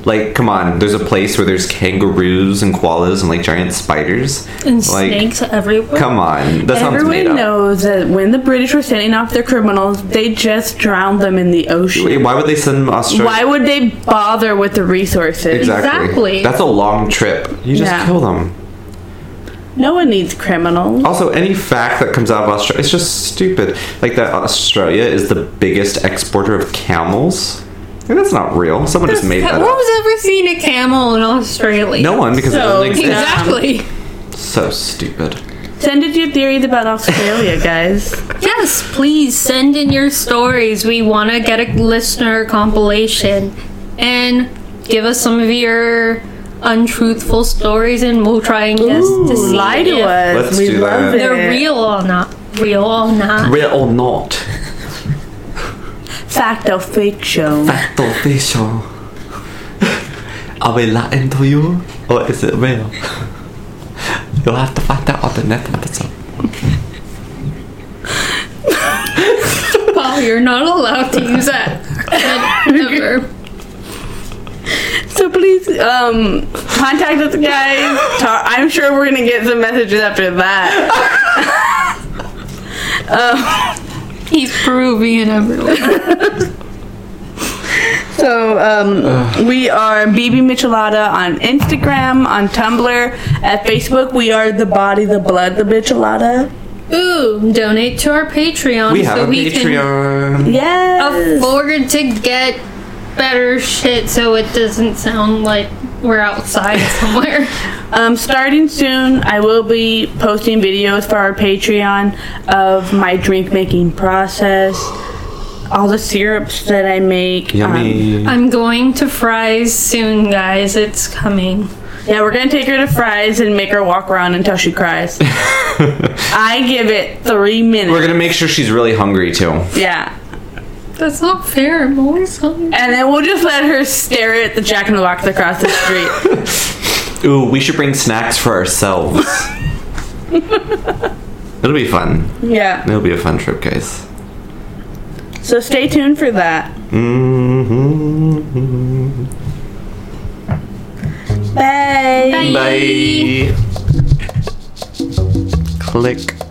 Speaker 2: Like, come on. There's a place where there's kangaroos and koalas and like giant spiders.
Speaker 3: And
Speaker 2: like,
Speaker 3: snakes everywhere.
Speaker 2: Come on. That sounds
Speaker 1: Everyone
Speaker 2: made up.
Speaker 1: knows that when the British were sending off their criminals, they just drowned them in the
Speaker 2: Wait,
Speaker 1: ocean.
Speaker 2: Why would they send Australia?
Speaker 1: Why would they bother with the resources?
Speaker 2: exactly.
Speaker 3: Exactly.
Speaker 2: That's a long trip. You just
Speaker 1: Yeah.
Speaker 2: kill them.
Speaker 1: No one needs criminals.
Speaker 2: Also, any fact that comes out of Australia, it's just stupid. Like that Australia is the biggest exporter of camels. And that's not real. Someone just made that up.
Speaker 3: Who's ever seen a camel in Australia?
Speaker 2: No one, because it
Speaker 1: So,
Speaker 2: doesn't exist.
Speaker 3: Exactly.
Speaker 2: So stupid.
Speaker 1: Send us your theories about Australia, guys.
Speaker 3: Yes, please send in your stories. We want to get a listener compilation and give us some of your untruthful stories, and we'll try and guess to see
Speaker 1: Lie to
Speaker 3: if
Speaker 1: us.
Speaker 2: Let's
Speaker 1: we
Speaker 2: do
Speaker 1: love
Speaker 2: that.
Speaker 1: it.
Speaker 3: they're real or not. Real or not.
Speaker 2: Real or not,
Speaker 1: Fact or fake show.
Speaker 2: fact or fiction? Are we lying to you, or is it real? You'll have to find out on the next episode.
Speaker 3: Paul, you're not allowed to use that. Ever.
Speaker 1: So please, um, contact us, guys. Ta- I'm sure we're gonna get some messages after that.
Speaker 3: He's Peruvian, everyone.
Speaker 1: So um, we are BB Michelada on Instagram, on Tumblr, at Facebook. We are the body, the blood, the Michelada.
Speaker 3: Ooh, donate to our Patreon
Speaker 2: We
Speaker 3: so
Speaker 2: have a
Speaker 3: we can
Speaker 2: Patreon.
Speaker 1: Yes.
Speaker 3: afford to get better shit so it doesn't sound like we're outside somewhere.
Speaker 1: Um, starting soon, I will be posting videos for our Patreon of my drink making process, all the syrups that I make. Um,
Speaker 2: Yummy.
Speaker 3: I'm going to fries soon, guys. It's coming.
Speaker 1: yeah, we're gonna take her to fries and make her walk around until she cries. I give it three minutes.
Speaker 2: We're gonna make sure she's really hungry too.
Speaker 1: yeah.
Speaker 3: That's not fair. I'm always hungry.
Speaker 1: And then we'll just let her stare at the Jack in the Box across the street.
Speaker 2: Ooh, we should bring snacks for ourselves. It'll be fun.
Speaker 1: yeah.
Speaker 2: It'll be a fun trip, guys.
Speaker 1: So stay tuned for that.
Speaker 2: hmm
Speaker 1: Bye.
Speaker 2: Bye. Click.